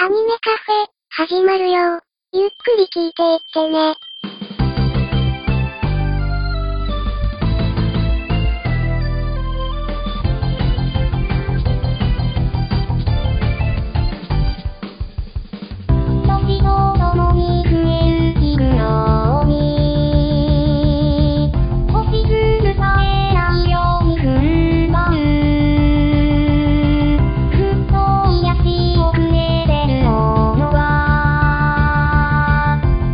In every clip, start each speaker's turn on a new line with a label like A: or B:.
A: アニメカフェ、始まるよ。ゆっくり聞いていってね。時とともに増える日のように星しずさえないように踏ん張るふっと癒し遅れてるものは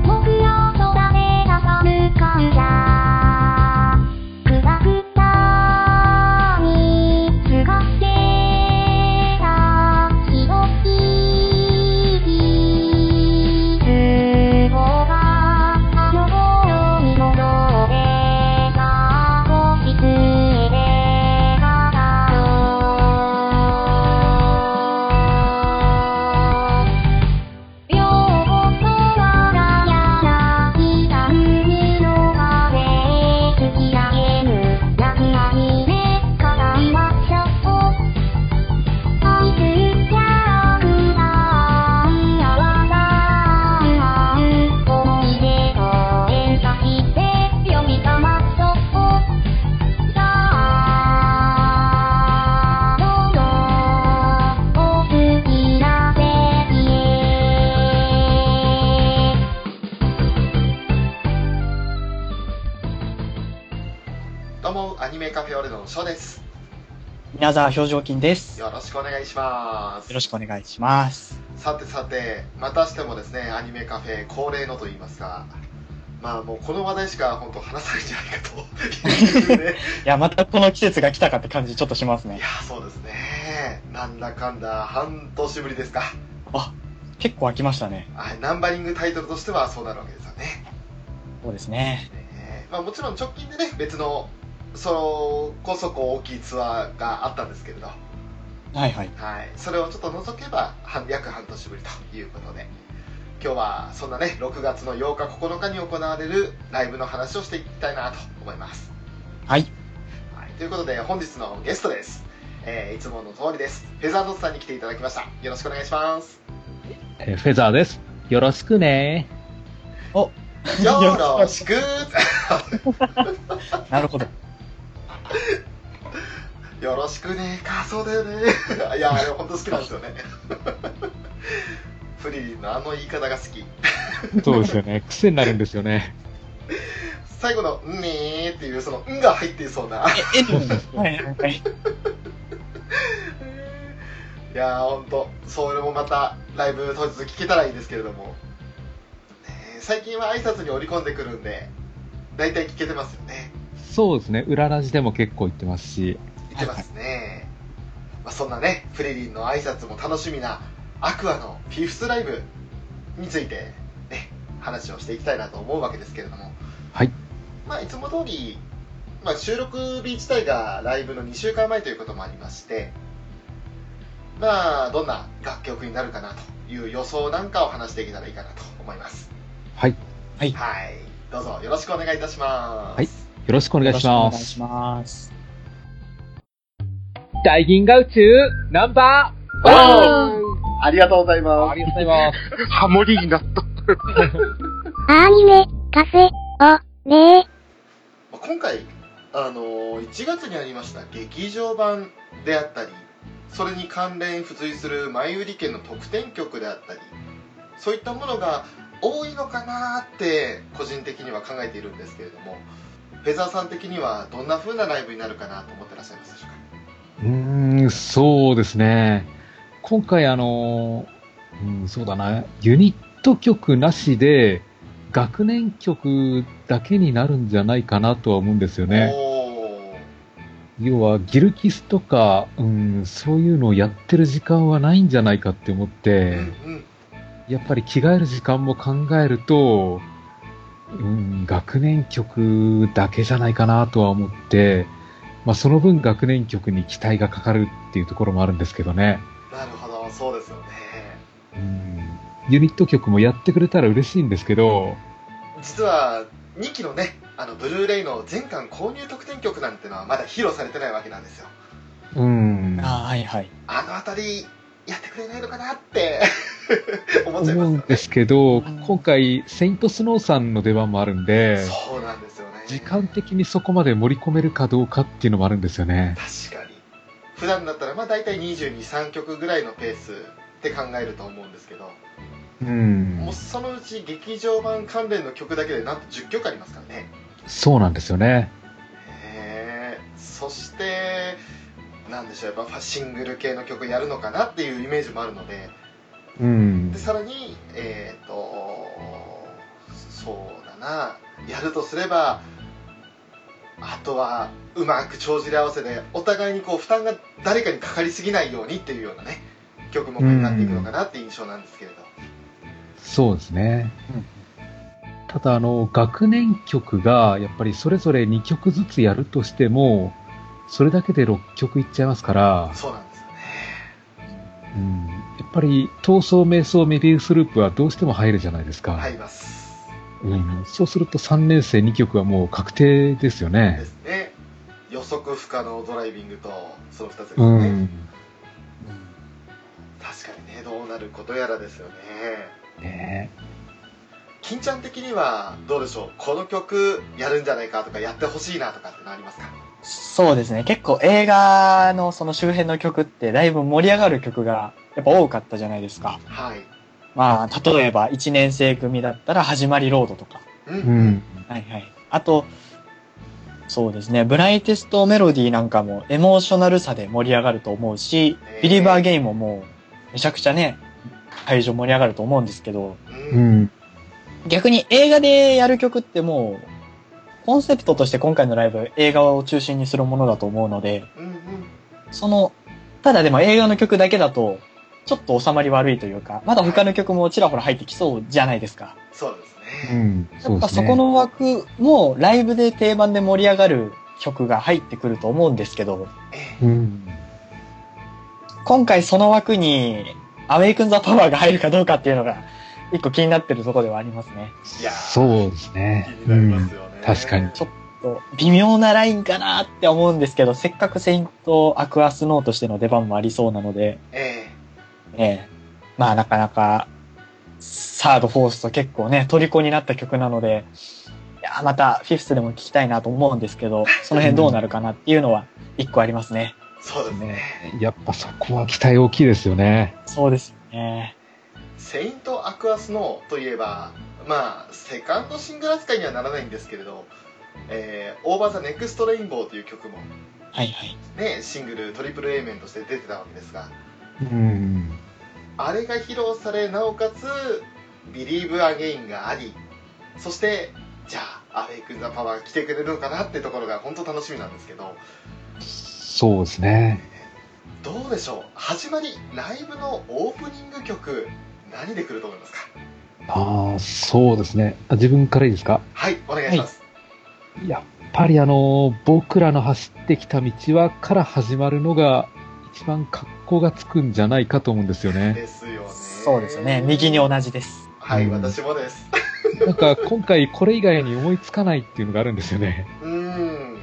A: 僕ら空で挟む感謝くたくたにすがってたひどい傷をがあの頃に戻ってた星つえで語ろう両言はがやらきた海の風突き上げる泣きなみで語りましょう愛するキャラクターやわらかな思い出を演歌して呼び覚まそうさあどうぞお好きな席へ
B: どうもアニメカフェオレドのショーです
C: 宮沢表情筋です。よ
B: よろしくお願いします
C: ろしくお願いします。
B: さてさてまたしてもですねアニメカフェ恒例のと言いますかまあもうこの話題しか本当話さないんじゃないかというね
C: いや、またこの季節が来たかって感じちょっとします
B: い
C: ね
B: や。そうですねなんだかんだ半年ぶりですか
C: 結構飽きましたね。
B: はいナンバリングタイトルとしてはそうなるわけですよね
C: そうですね。
B: ねまあもちろん直近でね別のそのこそこう大きいツアーがあったんですけれど
C: はいはい。
B: はい、それをちょっと除けば半約半年ぶりということで今日はそんなね6月の8日9日に行われるライブの話をしていきたいなと思います、
C: はい。
B: はい、ということで本日のゲストです、えーいつもの通りですフェザーノットさんに来ていただきましたよろしくお願いします
D: えーフェザーです。よろしくね。
B: よろしく
C: なるほど。
B: よろしくねかそうだよね いやあれ本当好きなんですよね フリリンのあの言い方が好き
D: そうですよね。 癖になるんですよね。
B: 最後の「ねー」っていうその「ん」が入っていそうな
C: え、え、はいはい。
B: いやー、ほんと、それもまたライブ当日聞けたらいいですけれども、ねえ最近は挨拶に織り込んでくるんで、大体聞けてますよね。
D: そうですね。裏ラジでも結構言ってますし。
B: 言ってますね。まあ、そんなね、フリリンの挨拶も楽しみな、アクアのフィフスライブについて、ね、話をしていきたいなと思うわけですけれども、
D: はい。
B: まあ、いつも通り、まあ、収録日自体がライブの2週間前ということもありまして、まあ、どんな楽曲になるかなという予想なんかを話していけたらいいかなと思います。
D: はい。よ
B: はい。どうぞよろしくお願いいたします。
D: はいろしくお願いし
C: よろくお
D: ま
C: 願い
D: す。
C: します。
D: 大銀河宇宙ナンバ
B: ありがとうござい
D: ー
B: ま
D: ありがとうございます。
E: ハモリになった。
A: アニメ、カフェ、お、ねえ。
B: す。今回、あのー、1月にありました劇場版であったり、それに関連付随する前売り券の特典曲であったり、そういったものが多いのかなって個人的には考えているんですけれども、フェザーさん的にはどんな風なライブになるかなと思ってらっしゃいますでしょうか
D: うーん、そうですね。今回あのー、うん、そうだな。ユニット曲なしで、学年曲だけになるんじゃないかなとは思うんですよね。
B: おー
D: 要はギルキスとか、うん、そういうのをやってる時間はないんじゃないかって思って、
B: うんうん
D: やっぱり着替える時間も考えると、うん、学年曲だけじゃないかなとは思って、まあ、その分学年曲に期待がかかるっていうところもあるんですけどね、
B: なるほどそうですよね
D: うん、ユニット曲もやってくれたら嬉しいんですけど、
B: 実は2期のねあのブルーレイの全巻購入特典曲なんてのはまだ披露されてないわけなんですよ
D: うん、
C: あーはいはい。
B: あの辺りやってくれないのかなって 思っちゃいますよ
D: 思うん
B: ね
D: ですけ
C: う
D: ど、
C: ん
D: 今回、セイントスノーさんの出番もあるんで、
B: そうなんですよね
D: 時間的にそこまで盛り込めるかどうかっていうのもあるんですよね。
B: 確かに普段だったらまあ大体223曲ぐらいのペースって考えると思うんですけど、
D: うん
B: もう。そのうち劇場版関連の曲だけでなんと10曲ありますからね
D: そうなんですよね。
B: へえそしてなんでしょうやっぱシングル系の曲やるのかなっていうイメージもあるので
D: うん
B: で。さらにえっ、とそうだなやるとすればあとはうまく帳尻合わせでお互いにこう負担が誰かにかかりすぎないようにっていうようなね曲もになっていくのかなっていう印象なんですけれど、
D: そうですね。ただ、あの、学年曲が、やっぱりそれぞれ2曲ずつやるとしても、それだけで6曲いっちゃいますから、
B: そうなんですよね
D: うん。やっぱり、闘争、瞑想、メビウスループはどうしても入るじゃないですか。
B: 入ります
D: うん。そうすると3年生2曲はもう確定ですよね
B: で。すね予測不可能ドライビングとその2つですね、
D: うん。
B: 確かにねどうなることやらですよね
D: ね
B: 金ちゃん的にはどうでしょうこの曲やるんじゃないかとかやってほしいなとかってのありますか
C: そうですね。結構映画のその周辺の曲ってだいぶ盛り上がる曲がやっぱ多かったじゃないですか。
B: はい
C: まあ、例えば1年生組だったら始まりロードとか。
B: うん、
D: えうん。
C: はいはい。あと、そうですね。ブライテストメロディーなんかもエモーショナルさで盛り上がると思うし、ビリバーゲインももうめちゃくちゃね、会場盛り上がると思うんですけど、
B: う
D: うんん。
C: 逆に映画でやる曲ってもう、コンセプトとして今回のライブ映画を中心にするものだと思うので、
B: うんうん
C: その、ただでも映画の曲だけだと、ちょっと収まり悪いというか、まだ他の曲もちらほら入ってきそうじゃないですか。
B: そうです
D: う
B: ね、
D: ん。
C: や
D: そ
C: っ
D: う
C: ぱ
D: です
C: そ
D: ね。
C: この枠もライブで定番で盛り上がる曲が入ってくると思うんですけど、
B: え
D: うん。
C: 今回その枠にアウェイクンザパワーが入るかどうかっていうのが一個気になってるところではありますね。
B: いやー
D: そうです
B: 気
D: ね。
B: にな
D: う
B: りま
D: ん
B: す。よね、
D: 確かに
C: ちょっと微妙なラインかなって思うんですけど、せっかくセイントアクアスノーとしての出番もありそうなので、
B: え
C: ええまあなかなか、サード、フォースと結構ね、虜になった曲なので、いやまたフィフスでも聞きたいなと思うんですけど、その辺どうなるかなっていうのは一個ありますね。
B: えそうですね
D: やっぱそこは期待大きいですよね。
C: そうですよね。
B: 「セイント・アクアスノー」といえばまあセカンドシングル扱いにはならないんですけれど「えー、オーバー・ザ・ネクスト・レインボー」という曲も
C: はいはい。
B: ねシングルトリプル A 面として出てたわけですが
D: うん。
B: あれが披露されなおかつ「Believe Again」がありそしてじゃあ「アウェイク・ザ・パワー」来てくれるのかなってところが本当楽しみなんですけど
D: そうですね。
B: どうでしょう始まりライブのオープニング曲何で来ると思いますか
D: ああ、そうですね。あ自分からいいですか
B: はいお願いします、
D: やっぱりあの、僕らの走ってきた道はから始まるのが一番格好がつくんじゃないかと思うんですよね。
B: ですよね
C: そうですね。右に同じです。
B: はい、
D: うん
B: 私もです
D: なんか今回これ以外に思いつかないっていうのがあるんですよね。
B: うーん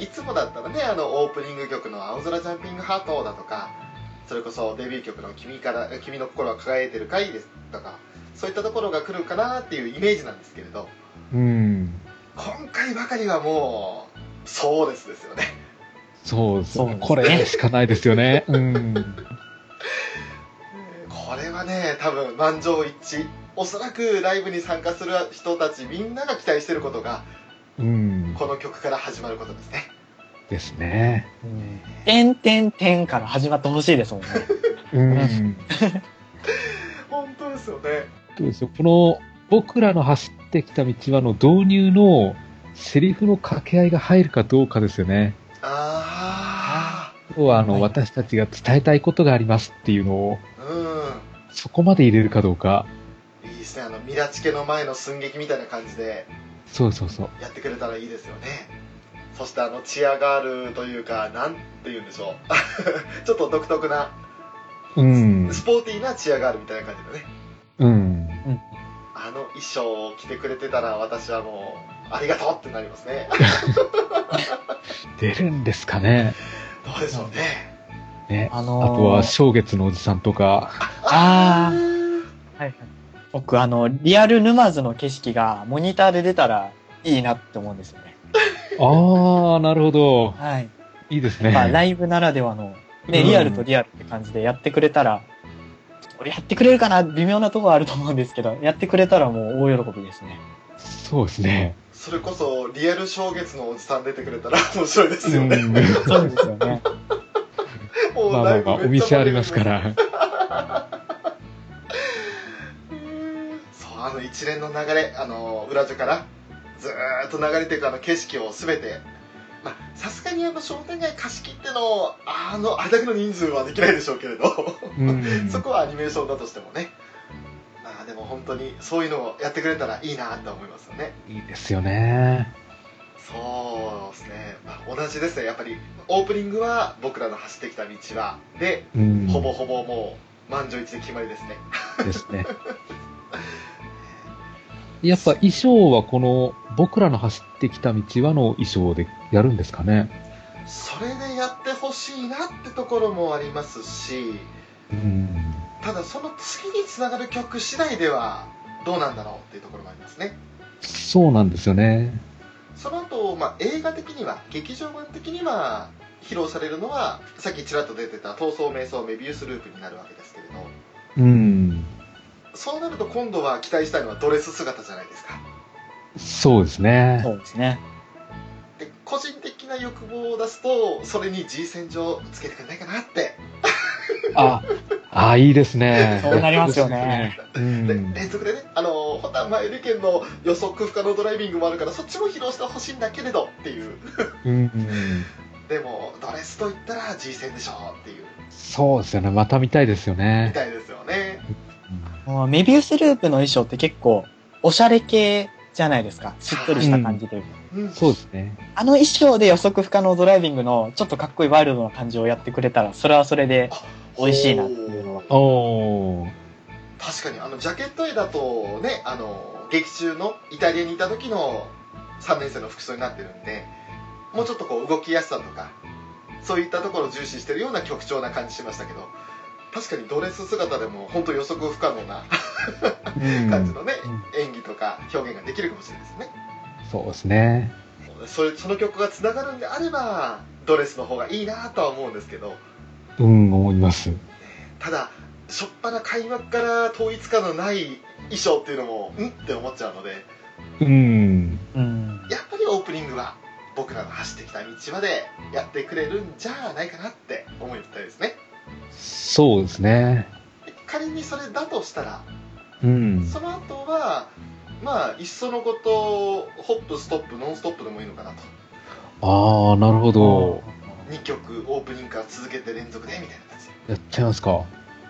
B: いつもだったらねあのオープニング曲の「青空ジャンピングハート」だとかそれこそデビュー曲の君から「君の心は輝いてるかい」ですとかそういったところが来るかなっていうイメージなんですけれど
D: うん。
B: 今回ばかりはもうそうですですよね
D: そうです
C: そうです
D: ね。
C: ね
D: これしかないですよね。うん。
B: これはね多分満場一致おそらくライブに参加する人たちみんなが期待してることが
D: うん。
B: この曲から始まることですね
D: ですね。
C: てんてんてんから始まってほしいですもん ね。
D: うん。
B: 本当ですよね
D: どうですよこの僕らの走ってきた道はの導入のセリフの掛け合いが入るかどうかですよね。
B: あ
D: 今日はあの、
C: はい
D: 私たちが伝えたいことがありますっていうのを
B: あうん
D: そこまで入れるかどうか。
B: いいですねあのミラチケの前の寸劇みたいな感じで
D: そうそうそう。
B: やってくれたらいいですよねそしてあのチアガールというかなんて言うんでしょう ちょっと独特な
D: うん。
B: スポーティーなチアガールみたいな感じでね
D: うん。
B: あの衣装を着てくれてたら私はもうありがとうってなりますね
D: 出るんですかね。
B: どうでしょうね
D: ね。
C: あ
D: あ
C: のー
D: とは、正月のおじさんとか。
C: あ
B: ー
C: はいはい。僕、あの、リアル沼津の景色がモニターで出たらいいなって思うんですよね。
D: ああ、なるほど。
C: はい。
D: いいですね。
C: まあ、ライブならではの、ね、
D: うん
C: リアルとリアルって感じでやってくれたら、俺やってくれるかな微妙なとこはあると思うんですけど、やってくれたらもう大喜びです ね。
D: そうですね。
B: それこそリアル正月のおじさん出てくれたら面白いです
D: う
B: よ
D: ん
B: ね、
C: そうですよね。
B: もう
D: まあま
B: ラ
D: あ
B: イ
D: まあ、
B: ブ
D: お
B: めっち
D: 店
B: ゃ盛り上が
D: あ
B: り
D: りますから。
B: そうあの一連の流れあの裏所からずーっと流れていくあの景色を全てまあさすがにあの商店街貸し切ってのあのあれだけの人数はできないでしょうけれど
D: うん。
B: そこはアニメーションだとしてもねまあでも本当にそういうのをやってくれたらいいなって思いますよね
D: いいですよね。
B: そうですね、まあ、同じですねやっぱりオープニングは僕らの走ってきた道はで
D: うん。
B: ほぼほぼもう満場一致で決まりですね
D: ですね。やっぱ衣装はこの僕らの走ってきた道はの衣装でやるんですかね。
B: それでやってほしいなってところもありますし
D: うん。
B: ただその次につながる曲次第ではどうなんだろうっていうところもありますね
D: そうなんですよね。
B: その後、まあ映画的には劇場版的には披露されるのはさっきちらっと出てた「闘争瞑想メビウスループ」になるわけですけれど
D: うん。
B: そうなると今度は期待したいのはドレス姿じゃないですか
D: そうですね。
C: そうですね。
B: で個人的な欲望を出すとそれに G 戦場つけてくれないかなって
D: あ、あ、いいですね。
C: そうなりますよね。
D: う
B: で
D: ん。
B: 連続でね、あのー、本当は前利権の予測不可能ドライビングもあるから、そっちも披露してほしいんだけれどっていう、
D: うん。
B: でも、ドレスと言ったら G 戦でしょっていう、
D: そうですよね。また見たいですよ
B: み
D: ね。
B: たいですよね。
C: もうメビウスループの衣装って結構、おしゃれ系じゃないですか。しっとりした感じというか。
B: うん、
D: そうですね。
C: あの衣装で予測不可能ドライビングのちょっとかっこいいワイルドな感じをやってくれたら、それはそれで美味しいなっていうのは。
D: おー。
B: 確かに、あの、ジャケット絵だとね、あのー、劇中のイタリアにいた時の3年生の服装になってるんで、もうちょっとこう、動きやすさとか、そういったところを重視してるような曲調な感じしましたけど、確かにドレス姿でも本当予測不可能な
D: うん
B: 感じのね、
C: う
B: 演技とか表現ができるかもしれないですね
D: そうですね。
B: それその曲がつながるんであればドレスの方がいいなとは思うんですけど
D: うん、思います。
B: ただ初っ端開幕から統一感のない衣装っていうのもんって思っちゃうので
D: うん。
C: うん。
B: やっぱりオープニングは僕らの走ってきた道までやってくれるんじゃないかなって思いたいですね
D: そうですね。
B: で仮にそれだとしたら
D: うん。
B: その後はまあいっそのことホップストップノンストップでもいいのかなと
D: ああ、なるほど。
B: 2曲オープニングから続けて連続でみたいな感じで
D: やっちゃいますか。
B: ホ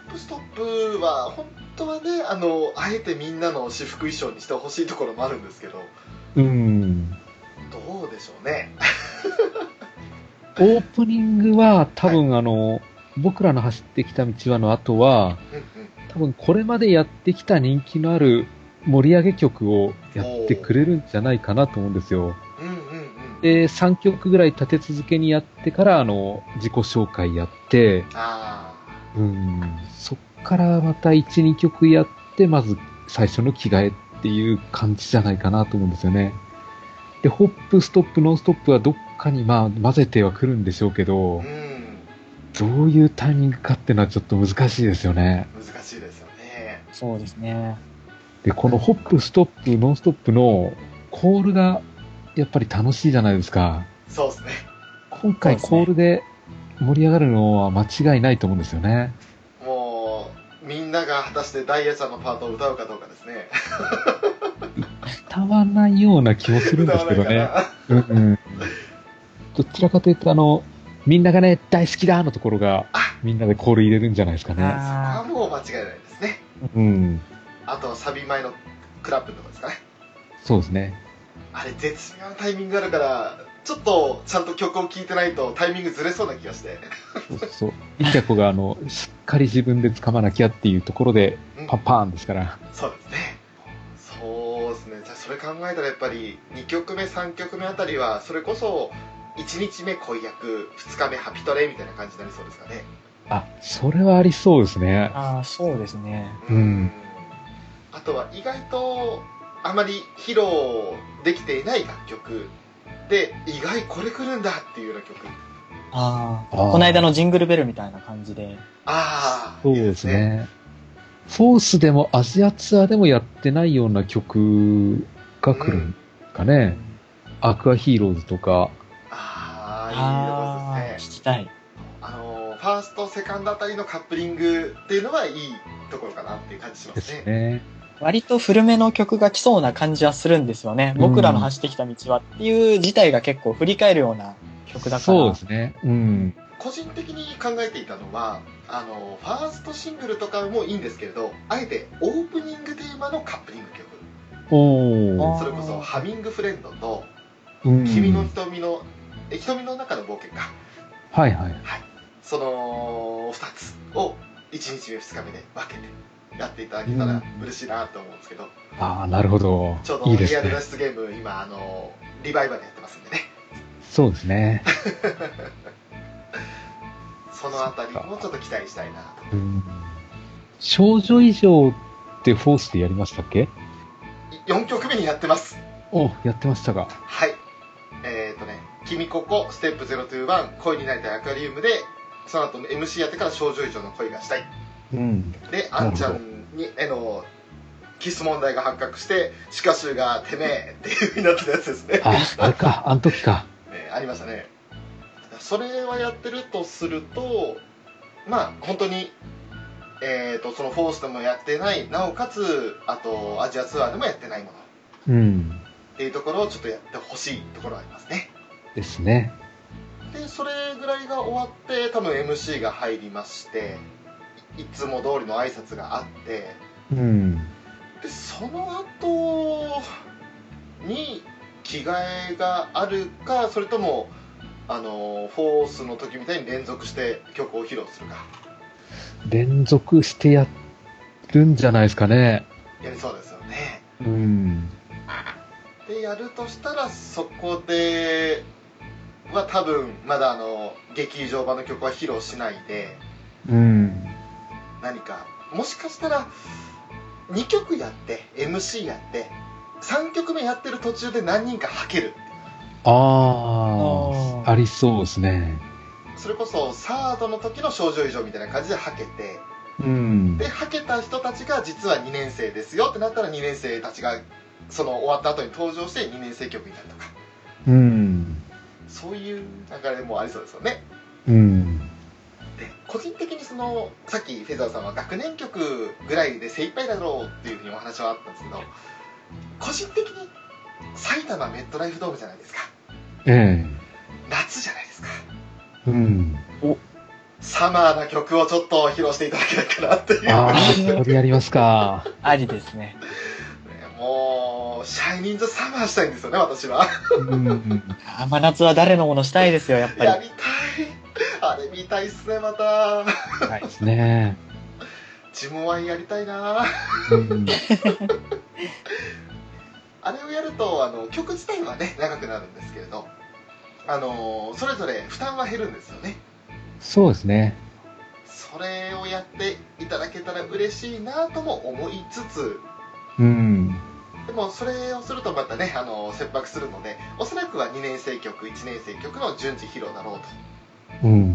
B: ップストップは本当はねあのあえてみんなの私服衣装にしてほしいところもあるんですけど
D: うん。
B: どうでしょうね
D: オープニングは多分あの、僕らの走ってきた道はの後は、
B: うんうん
D: 多分これまでやってきた人気のある盛り上げ曲をやってくれるんじゃないかなと思うんですよ。
B: うんうんうん
D: で、3曲ぐらい立て続けにやってから、あの、自己紹介やって、
B: あ
D: うん、そっからまた1、2曲やって、まず最初の着替えっていう感じじゃないかなと思うんですよね。で、ホップ、ストップ、ノンストップはどっかにまあ混ぜてはくるんでしょうけ
B: あう
D: ど、
B: ん
D: どういうタイミングかっていうのはちょっと難しいですよね。
B: 難しいですよね
C: そうですね。
D: で、このホップ、ストップ、ノンストップのコールがやっぱり楽しいじゃないですか。
B: そうですね
D: 今
C: そ
D: 回
C: うですね
D: コールで盛り上がるのは間違いないと思うんですよね。
B: もうみんなが果たしてダイヤちゃんのパートを歌うかどうかですね
D: 歌わないような気もするんですけど
B: 歌わない
D: ね。
B: かな
D: うんどちらかというと、あの、みんながね、大好きだのところが、みんなでコール入れるんじゃないですかね。
B: あ
C: あ
B: もう間違いないですね
D: うん。
B: あとはサビ前のクラップのとこですかね
D: そうですね。
B: あれ絶妙なタイミングあるからちょっとちゃんと曲を聴いてないとタイミングずれそうな気がして
D: そうそうそう。イチャコが、あの、しっかり自分で掴まなきゃっていうところで、
B: うん
D: パンパーンですから。
B: そうですねそうですねじゃあそれ考えたらやっぱり2曲目3曲目あたりはそれこそ1日目恋役2日目ハピトレみたいな感じになりそうですかね
D: あ、それはありそうですね。
C: あー、そうですね。
D: うん
B: とは意外とあまり披露できていない楽曲で意外これ来るんだっていうような曲
C: ああ
D: あー
C: この間のジングルベルみたいな感じで。
B: ああ
D: そうですね。フォースでもアジアツアーでもやってないような曲が来るんかね。アクアヒーローズとか。
B: ああ
C: あ
B: いい
C: あ、
B: とこですね
C: 聞きたい。
B: あのファーストセカンドあたりのカップリングっていうのはいいところかなっていう感じしま
D: です
B: ね
D: すね。
C: 割と古めの曲が来そうな感じはするんですよね。僕らの走ってきた道はっていう自体が結構振り返るような曲だから。
D: そうですね。うん。
B: 個人的に考えていたのはあのファーストシングルとかもいいんですけれどあえてオープニングテーマのカップリング曲
D: おー。
B: それこそ「ハミングフレンド」と
D: う
B: 「
D: ん
B: 君の瞳の、え瞳の中の冒険か」
D: はいはい。
B: その2つを1日目2日目で分けてやっていただけた
D: う
B: ら
D: ん
B: 嬉しいなと思うんですけど、
D: ああ、なるほど
B: ちょう。
D: い
B: ど
D: いで
B: リア
D: す
B: ル
D: ね
B: 脱。出ゲーム今あのリバイバルやってますんでね
D: そうですね。
B: そのあたりもちょっと期待したいなと
D: うん少女以上ってフォースでやりましたっけ
B: 4曲目にやってます
D: お、やってましたか。
B: はいえっ、ー、とね「君ここステップ021恋になりたいアクアリウムで」その後の MC やってから少女以上の恋がしたい
D: うん。
B: で
D: な
B: あ
D: るほど
B: んちゃんにへのキス問題が発覚してシカシューが「てめえ」っていう風になってたやつですね
D: あ、あれか、あの時か。
B: えーありましたねそれはやってるとするとまあ本当にえー、とそのフォースでもやってないなおかつあとアジアツアーでもやってないもの
D: うん。
B: っていうところをちょっとやってほしいところはありますね
D: ですね。
B: でそれぐらいが終わって多分 MC が入りましていいつも通りの挨拶があって
D: うん。
B: でその後に着替えがあるかそれともあのフォースの時みたいに連続して曲を披露するか
D: 連続してやるんじゃないですかね。
B: やりそうですよね
D: うん。
B: でやるとしたらそこでは多分まだあの劇場版の曲は披露しないで
D: うん。
B: 何かもしかしたら2曲やって MC やって3曲目やってる途中で何人かはける
C: あ
D: ああ、
C: ー
D: ありそうですね。
B: それこそサードの時の少女以上みたいな感じではけて
D: うん
B: で。はけた人たちが実は2年生ですよってなったら2年生たちがその終わった後に登場して2年生曲になるとか
D: うん。
B: そういう流れもありそうですよね
D: うん。
B: で個人的にそのさっきフェザーさんは学年曲ぐらいで精一杯だろうっていうふうにお話はあったんですけど個人的に埼玉メットライフドームじゃないですか
D: え
B: 夏じゃないですか
D: え。うん。
B: サマーな曲をちょっと披露していただけないかなっていう
D: ああ、そこでやりますか。
C: ありですね。
B: ねもう、シャイニンズサマーしたいんですよね、私は。
D: うん。
C: あ真夏は誰のものしたいですよ、やっぱり
B: や。りたい。あれ見たいっすね、また。
C: はい
D: ですね。
B: ジムワインやりたいな。
D: うん
B: あれをやると、あの、曲自体はね、長くなるんですけれど、あの、それぞれ負担は減るんですよね。
D: そうですね。
B: それをやっていただけたら嬉しいなとも思いつつ、
D: うん。
B: でもそれをするとまたね、あの、切迫するので、おそらくは2年生曲、1年生曲の順次披露だろうと。
D: うん。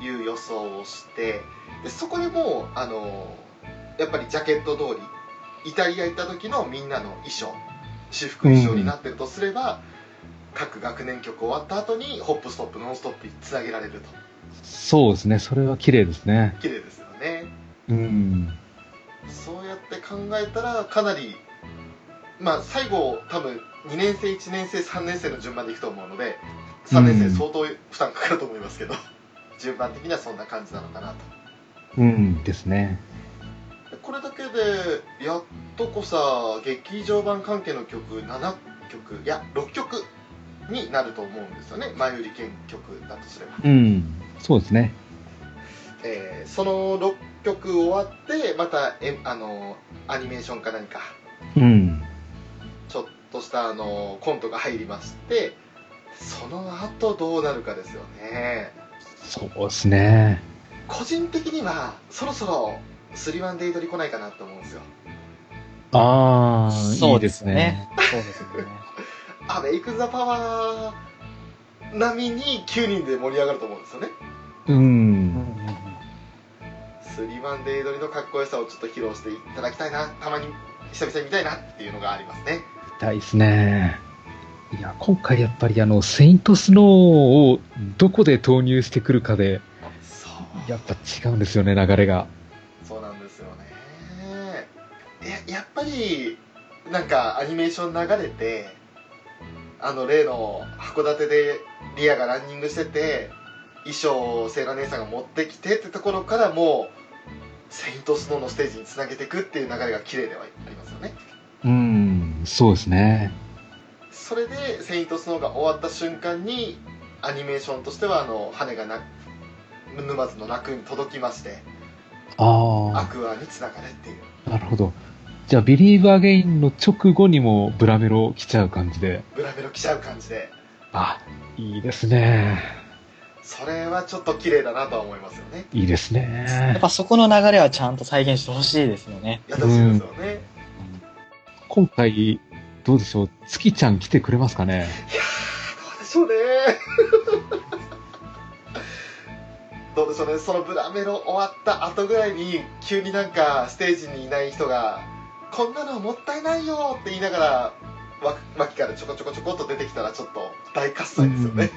B: いう予想をしてでそこでもうあのやっぱりジャケット通りイタリア行った時のみんなの衣装私服衣装になってるとすれば、各学年曲終わった後にホップストップノンストップにつなげられると
D: そうですね。それは綺麗ですね。
B: 綺麗ですよね
D: うん。
B: そうやって考えたらかなりまあ最後多分2年生1年生3年生の順番でいくと思うので3年生相当負担かかると思いますけど、順番的にはそんな感じなのかなと
D: うんですね。
B: これだけでやっとこさ劇場版関係の曲7曲いや6曲になると思うんですよね前売り券曲だとすれば、
D: うん。そうですね。
B: えーその6曲終わってまたえあのアニメーションか何か
D: うん。
B: ちょっとしたあのコントが入りましてその後どうなるかですよね
D: そうですね。
B: 個人的にはそろそろスリワンデイドリ来ないかなと思うんですよ
D: ああ、いいです
C: よ
D: ね。。
C: そうですよね。
B: アメイク・ザ・パワー並みに9人で盛り上がると思うんですよね
D: う
C: うんうん
D: ん。
C: うん
B: スリーマンデイドリのかっこよさをちょっと披露していただきたいなたまに久々に見たいなっていうのがありますね
D: 見たいですね。いや、今回やっぱりあの、セイントスノーをどこで投入してくるかで、
B: そ
D: やっぱ違うんですよね、流れが。
B: そうなんですよねややっぱりなんかアニメーション流れてあの例の函館でリアがランニングしてて衣装をセイラ姉さんが持ってきてってところからもうセイントスノーのステージにつなげていくっていう流れが綺麗ではありますよね
D: うん、そうですね。
B: それで「セイントスノー」が終わった瞬間にアニメーションとしてはあの羽がな沼津の楽に届きましてア
D: あ
B: クアにつながれっていう
D: あ、なるほど。じゃあ、ビリーブアゲインの直後にもブラメロ来ちゃう感じで。
B: ブラベロ来ちゃう感じで
D: あ、いいですね。
B: それはちょっと綺麗だなとは思いますよね
D: いいです
C: や
D: ね
C: っ。ぱそこの流れはちゃんと再現してほしいですよね。
B: やってほしいですよね、い
D: 今回、どうでしょう。月ちゃん来てくれますかね
B: やーどうでしょうね どうでしょうねそのブラベロ終わった後ぐらいに急になんかステージにいない人が「こんなのもったいないよ」って言いながらわ脇からちょこちょこちょこっと出てきたらちょっと大喝采ですよね、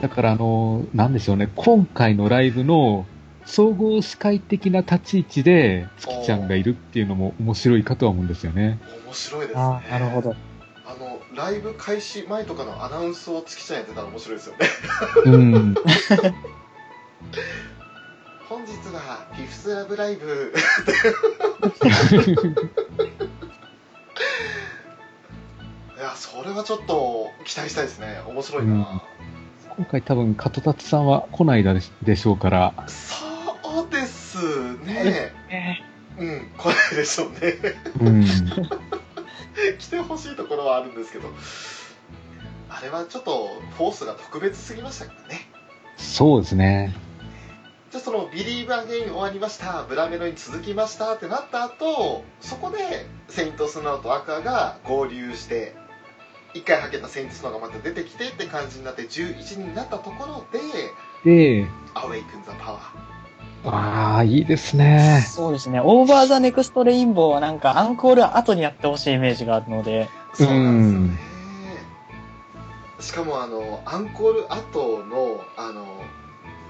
D: だから、あの、なんでしょうね。今回のライブの総合司会的な立ち位置で、月ちゃんがいるっていうのも面白いかとは思うんですよね。
B: 面白いですね
C: ああ、なるほど。
B: あのライブ開始前とかのアナウンスを月ちゃんやってたら面白いですよね
D: うん。
B: 本日は「フィフスラブライブ」いやそれはちょっと期待したいですね面白いな、
D: 今回多分、加藤達さんは来ないだでしょうから、
B: そうですね
C: ね
B: うん来ないでしょうね
D: うん。
B: 来てほしいところはあるんですけどあれはちょっとフォースが特別すぎましたからね
D: そうですね。
B: じゃあその「ビリーブ・アゲイン」終わりました「ブラメロ」に続きましたってなった後そこで「セイント・スノー」と「アクア」が合流して一回はけた「セイント・スノー」がまた出てきてって感じになって11人になったところで
D: で、
B: 「アウェイクン・ザ・パワー
D: ああ、いいですね。
C: そうですね。オーバーザネクストレインボーはなんかアンコール後にやってほしいイメージがあるので、」
B: そうなんですよねしかもあのアンコール後のあの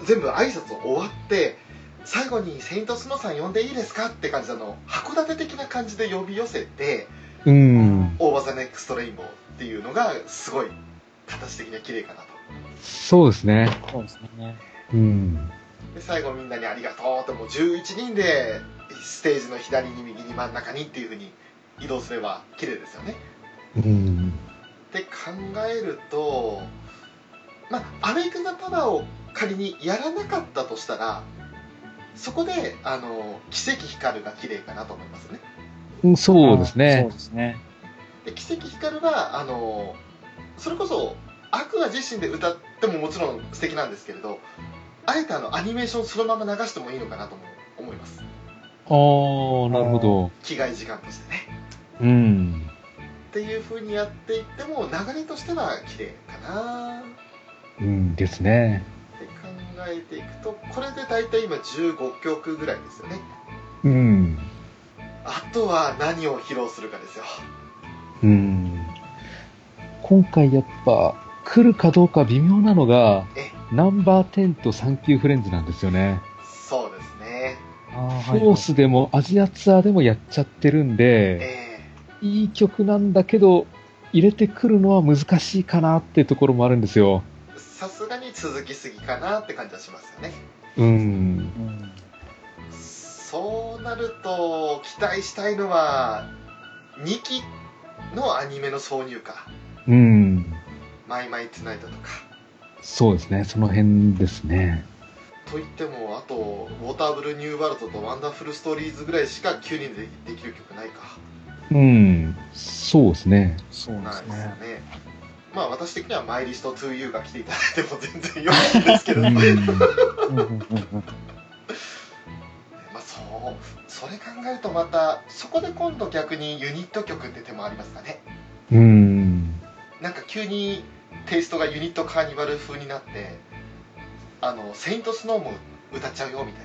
B: 全部挨拶終わって最後に「セイント・スノー」さん呼んでいいですかって感じであの函館的な感じで呼び寄せて
D: うん。
B: オーバーザネックストレインボーっていうのがすごい形的には綺麗かなと
D: そうですね。
C: そうですね。
D: うん。
B: で最後みんなにありがとうってもう11人でステージの左に右に真ん中にっていう風に移動すれば綺麗ですよね
D: うん。
B: って考えるとまあアメイクザパワーを仮にやらなかったとしたらそこであの奇跡光るが綺麗かなと思いますね
D: うんそうです
C: そう
D: ね。
C: ですね。
B: で奇跡光はあのそれこそアクア自身で歌ってももちろん素敵なんですけれどあえてあのアニメーションそのまま流してもいいのかなとも思います
D: ああ、なるほ
B: 着替え時間としてね
D: ど。うん。
B: っていう風にやっていっても流れとしては綺麗かなっ
D: うんですね。
B: て考えていくとこれで大体今15曲ぐらいですよね
D: うん。
B: あとは何を披露するかですよ
D: うん。今回やっぱ、来るかどうか微妙なのが
B: え、
D: ナンバー10とサンキューフレンズなんですよね。
B: そうですね
C: ああ、
D: フォースでもアジアツアーでもやっちゃってるんで、
B: ええ
D: いい曲なんだけど、入れてくるのは難しいかなってところもあるんですよ。
B: さすがに続きすぎかなって感じはしますよね
D: うん。
C: うん
B: そうなると期待したいのは2期のアニメの挿入か
D: うん。
B: 「マイマイツナイト」とか
D: そうですね。その辺ですね。
B: といってもあと「ウォーターブルーニューワールド」と「ワンダフルストーリーズ」ぐらいしか9人でできる曲ないか
D: うん。そうですね。
C: そうで
B: な
C: す
B: いですよ
C: ね。
B: ねまあ私的には「マイリスト 2U」が来ていただいても全然良いんですけど、
D: うん。
C: うんうんうんうん
B: まあそおそれ考えるとまたそこで今度逆にユニット曲って手もありますかね
D: うん。
B: なんか急にテイストがユニットカーニバル風になってあの「セイントスノーも歌っちゃうよみたい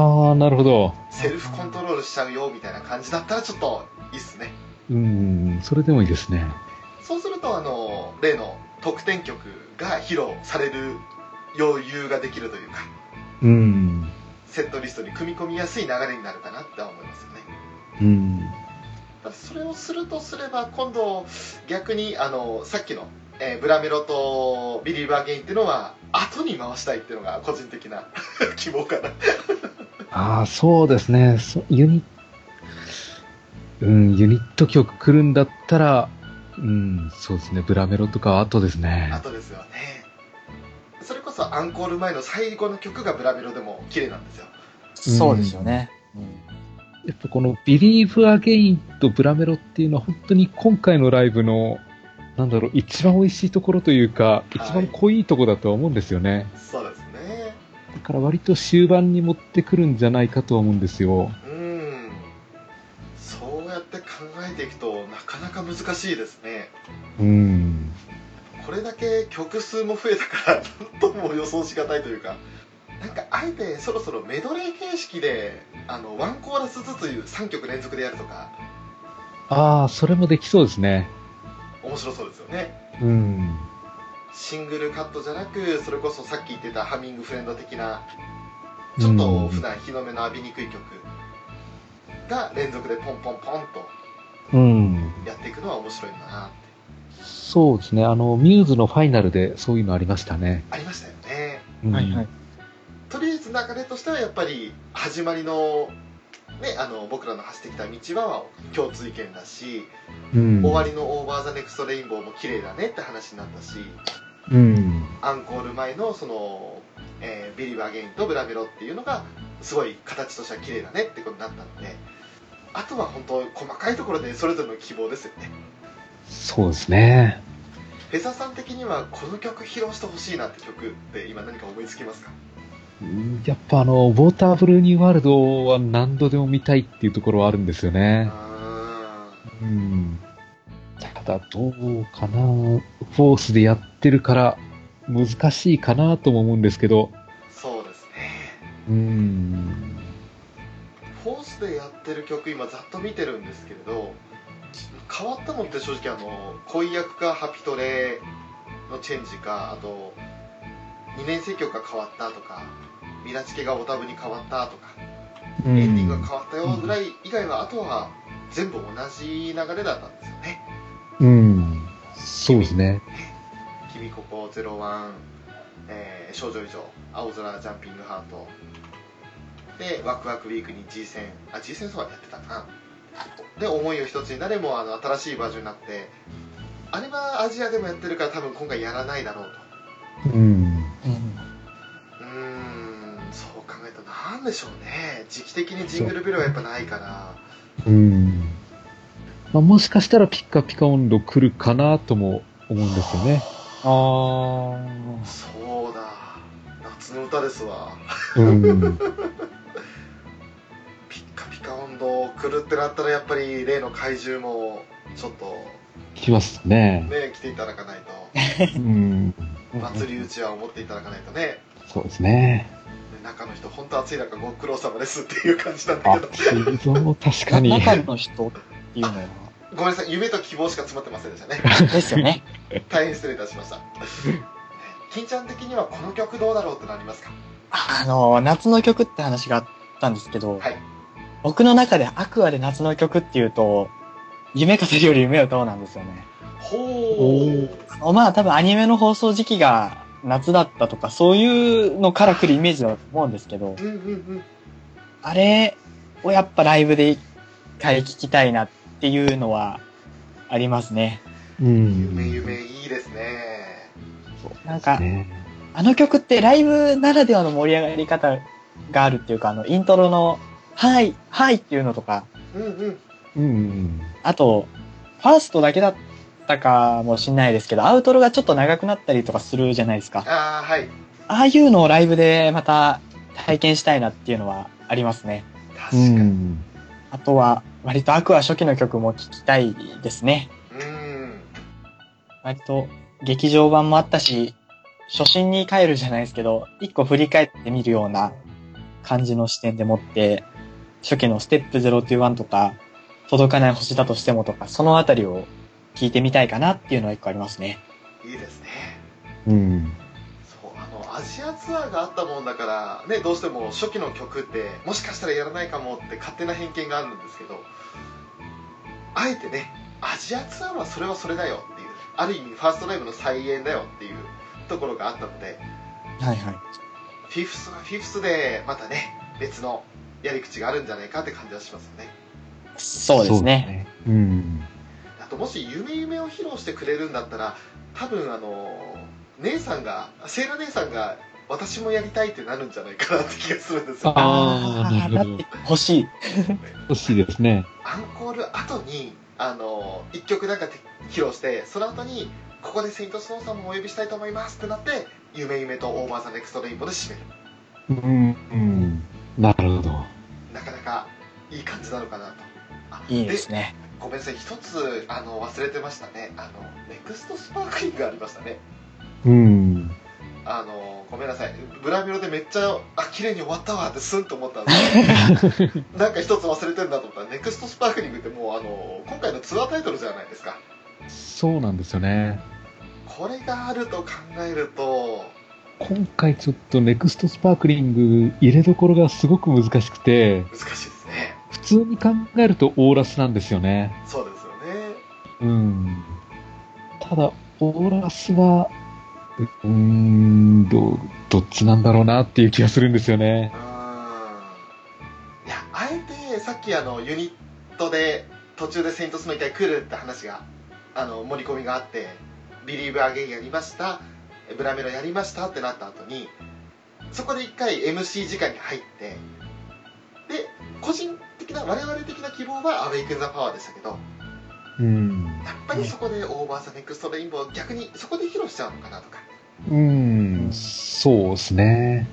D: ああ、なるほど。
B: なセルフコントロールしちゃうよみたいな感じだったらちょっといいっすね
D: うん、それでもいいですね。
B: そうするとあの例の得点曲が披露される余裕ができるというか
D: うん。
B: セットリストに組み込みやすい流れになるかなって思いますよね
D: うん。
B: ただそれをするとすれば今度逆にあのさっきの、えーブラメロとビリーバーゲインっていうのは後に回したいっていうのが個人的な 希望かな
D: ああ、そうですね。そユニ、うん、ユニット曲来るんだったら、うん、そうですね。ブラメロとかは後ですね。
B: 後ですよねそれこそアンコール前の最後の曲がブラメロでも綺麗なんですよ
C: そうですよね。うん
D: やっぱこの Believe Again とブラメロっていうのは本当に今回のライブの、なんだろう、一番美味しいところというか、
B: い
D: 一番濃いところだとは思うんですよね。
B: そうですね
D: だから割と終盤に持ってくるんじゃないかとは思うんですよ。
B: うんそうやって考えていくとなかなか難しいですね
D: うん。
B: これだけ曲数も増えたから何とも予想しがたいというかなんかあえてそろそろメドレー形式であのワンコーラスずつ3曲連続でやるとか
D: ああ、それもできそうですね。
B: 面白そうですよね
D: うん。
B: シングルカットじゃなくそれこそさっき言ってたハミングフレンド的なちょっと普段日の目の浴びにくい曲が連続でポンポンポンと
D: うん。
B: やっていくのは面白いな
D: そうですね。あの、ミューズのファイナルでそういうのありましたね。
B: ありましたよね
D: うん
C: はいはい。
B: とりあえず流れとしてはやっぱり始まりの,、ね、あの僕らの走ってきた道は共通意見だし、
D: うん。
B: 終わりの「オーバー・ザ・ネクスト・レインボー」も綺麗だねって話になったし
D: うん。
B: アンコール前のその、えービリバー・ゲインとブラメロっていうのがすごい形としては綺麗だねってことになったのであとは本当細かいところでそれぞれの希望ですよね
D: そうですね。
B: フェザーさん的にはこの曲披露してほしいなって曲って今何か思いつきますか
D: うんやっぱあの、ウォーターブルーニューワールドは何度でも見たいっていうところはあるんですよね。
B: あー
D: うん。ただ、どうかな。フォースでやってるから難しいかなとも思うんですけど。
B: そうですね
D: うん。
B: フォースでやってる曲今ざっと見てるんですけれど変わったのって正直あの恋役かハピトレのチェンジかあと2年生曲が変わったとかミラチケがオタブに変わったとか
D: う
B: エンディング
D: ん
B: が。変わったよぐらい以外はあとは全部同じ流れだったんですよね
D: うん。そうですね。
B: 「君ここ01」えー「少女以上」「青空ジャンピングハート」で「ワクワクウィーク」に G 戦あ G 戦そうはやってたかなで「思いを一つになれ」もあの新しいバージョンになってあれはアジアでもやってるから多分今回やらないだろうと
C: う
D: うん。
C: ん
B: うーんそう考えたらなんでしょうね時期的にジングルベルはやっぱないから
D: うん。まあ、もしかしたらピッカピカ温度来るかなとも思うんですよね。
C: あ
B: そうだ夏の歌ですわ
D: うん。
B: ピッカピカ温度来るってなったらやっぱり例の怪獣もちょっと
D: 来ます ね。
B: ね来ていただか ない
D: うん。
B: と
C: あ。
B: 祭り打ちは思っていただかないとね
D: そうですね。
B: 中の人本当暑い中ご苦労様ですっていう感じなんだ
D: あ
B: けど、
D: 心臓、確かに。
C: 中の人っていうのは。
B: ごめんなさい夢と希望しか詰まってませんでしたね
C: です よね。
B: 大変失礼いたしましたね金ちゃん的にはこの曲どうだろうってなりますか
C: あの、夏の曲って話があったんですけど、
B: はい
C: 僕の中でアクアで夏の曲っていうと、夢語るより夢を歌おうなんですよね。
B: ほ
D: お
B: う
C: あのまあ多分アニメの放送時期が夏だったとか、そういうのから来るイメージだと思うんですけど
B: う、んうんうん
C: あれをやっぱライブで一回聴きたいなっていうのはありますね。
D: うん
B: 夢夢いいですね
C: なんか、
D: ね
C: あの曲ってライブならではの盛り上がり方があるっていうか、あの、イントロの、はい、はいっていうのとか、
B: うんうん
D: うん。
C: あと、ファーストだけだったかもしんないですけど、アウトロがちょっと長くなったりとかするじゃないですか。
B: ああはい
C: ああいうのをライブでまた体験したいなっていうのはありますね。
B: 確
D: う
B: かに。うん。
D: ん。
C: あとは、割とアクア初期の曲も聴きたいですね。割と劇場版もあったし、初心に帰るじゃないですけど、一個振り返ってみるような感じの視点でもって、初期のステップ021とか、届かない星だとしてもとか、そのあたりを聞いてみたいかなっていうのは一個ありますね。
B: いいですね。
D: うん。
B: そう、あの、アジアツアーがあったもんだから、ね、どうしても初期の曲って、もしかしたらやらないかもって勝手な偏見があるんですけど、あえてね、アジアツアーはそれはそれだよっていう、ある意味ファーストライブの再演だよっていうところがあったので、
C: はいはい。
B: フィフスはフィフスで、またね、別のやり口があるんじゃないかって感じはしますよね。
C: そうですね。
D: そうですね。うん。
B: あともし「夢夢」を披露してくれるんだったら多分あの姉さんがセイラ姉さんが私もやりたいってなるんじゃないかなって気がするんですよ
D: あ
B: ア
D: ー
C: ー
D: な
C: だっ
D: るほど
C: て欲しい。
D: 欲しいですね。
B: ンコール後にあの1曲なんかて披露してその後に「ここでセイントスノーさんもお呼びしたいと思います」ってなって「夢夢」と「オーバーザネクストレインボー」で締める
D: うん。うん。なるほど。
B: なかなかいい感じなのかなとあ
C: いいですね。
B: ごめんなさい一つあの忘れてましたねあのネクストスパークリングがありましたね
D: うん。
B: あのごめんなさいブラミロでめっちゃあ綺麗に終わったわってスンと思ったん ですけどなんか一つ忘れてんだと思ったらネクストスパークリングってもうあの今回のツアータイトルじゃないですか
D: そうなんですよね。
B: これがあると考えると
D: 今回ちょっとネクストスパークリング入れどころがすごく難しくて、
B: 難しいですね
D: 普通に考えるとオーラスなんですよね。
B: そうですよね
D: うん。ただ、オーラスは、うーん、ど、どっちなんだろうなっていう気がするんですよね
B: う。ーんいやあえてさっきあのユニットで途中でセイントスノー一回来るって話があの盛り込みがあって「ビリーブ・アゲイン」やりました「ブラメロ」やりましたってなった後にそこで一回 MC 時間に入ってで個人的な我々的な希望は「アウェイク・ザ・パワー」でしたけど
D: うん。
B: やっぱりそこで「オーバー・ザ・ネクスト・レインボー」逆にそこで披露しちゃうのかなとか
D: うん、そうですね。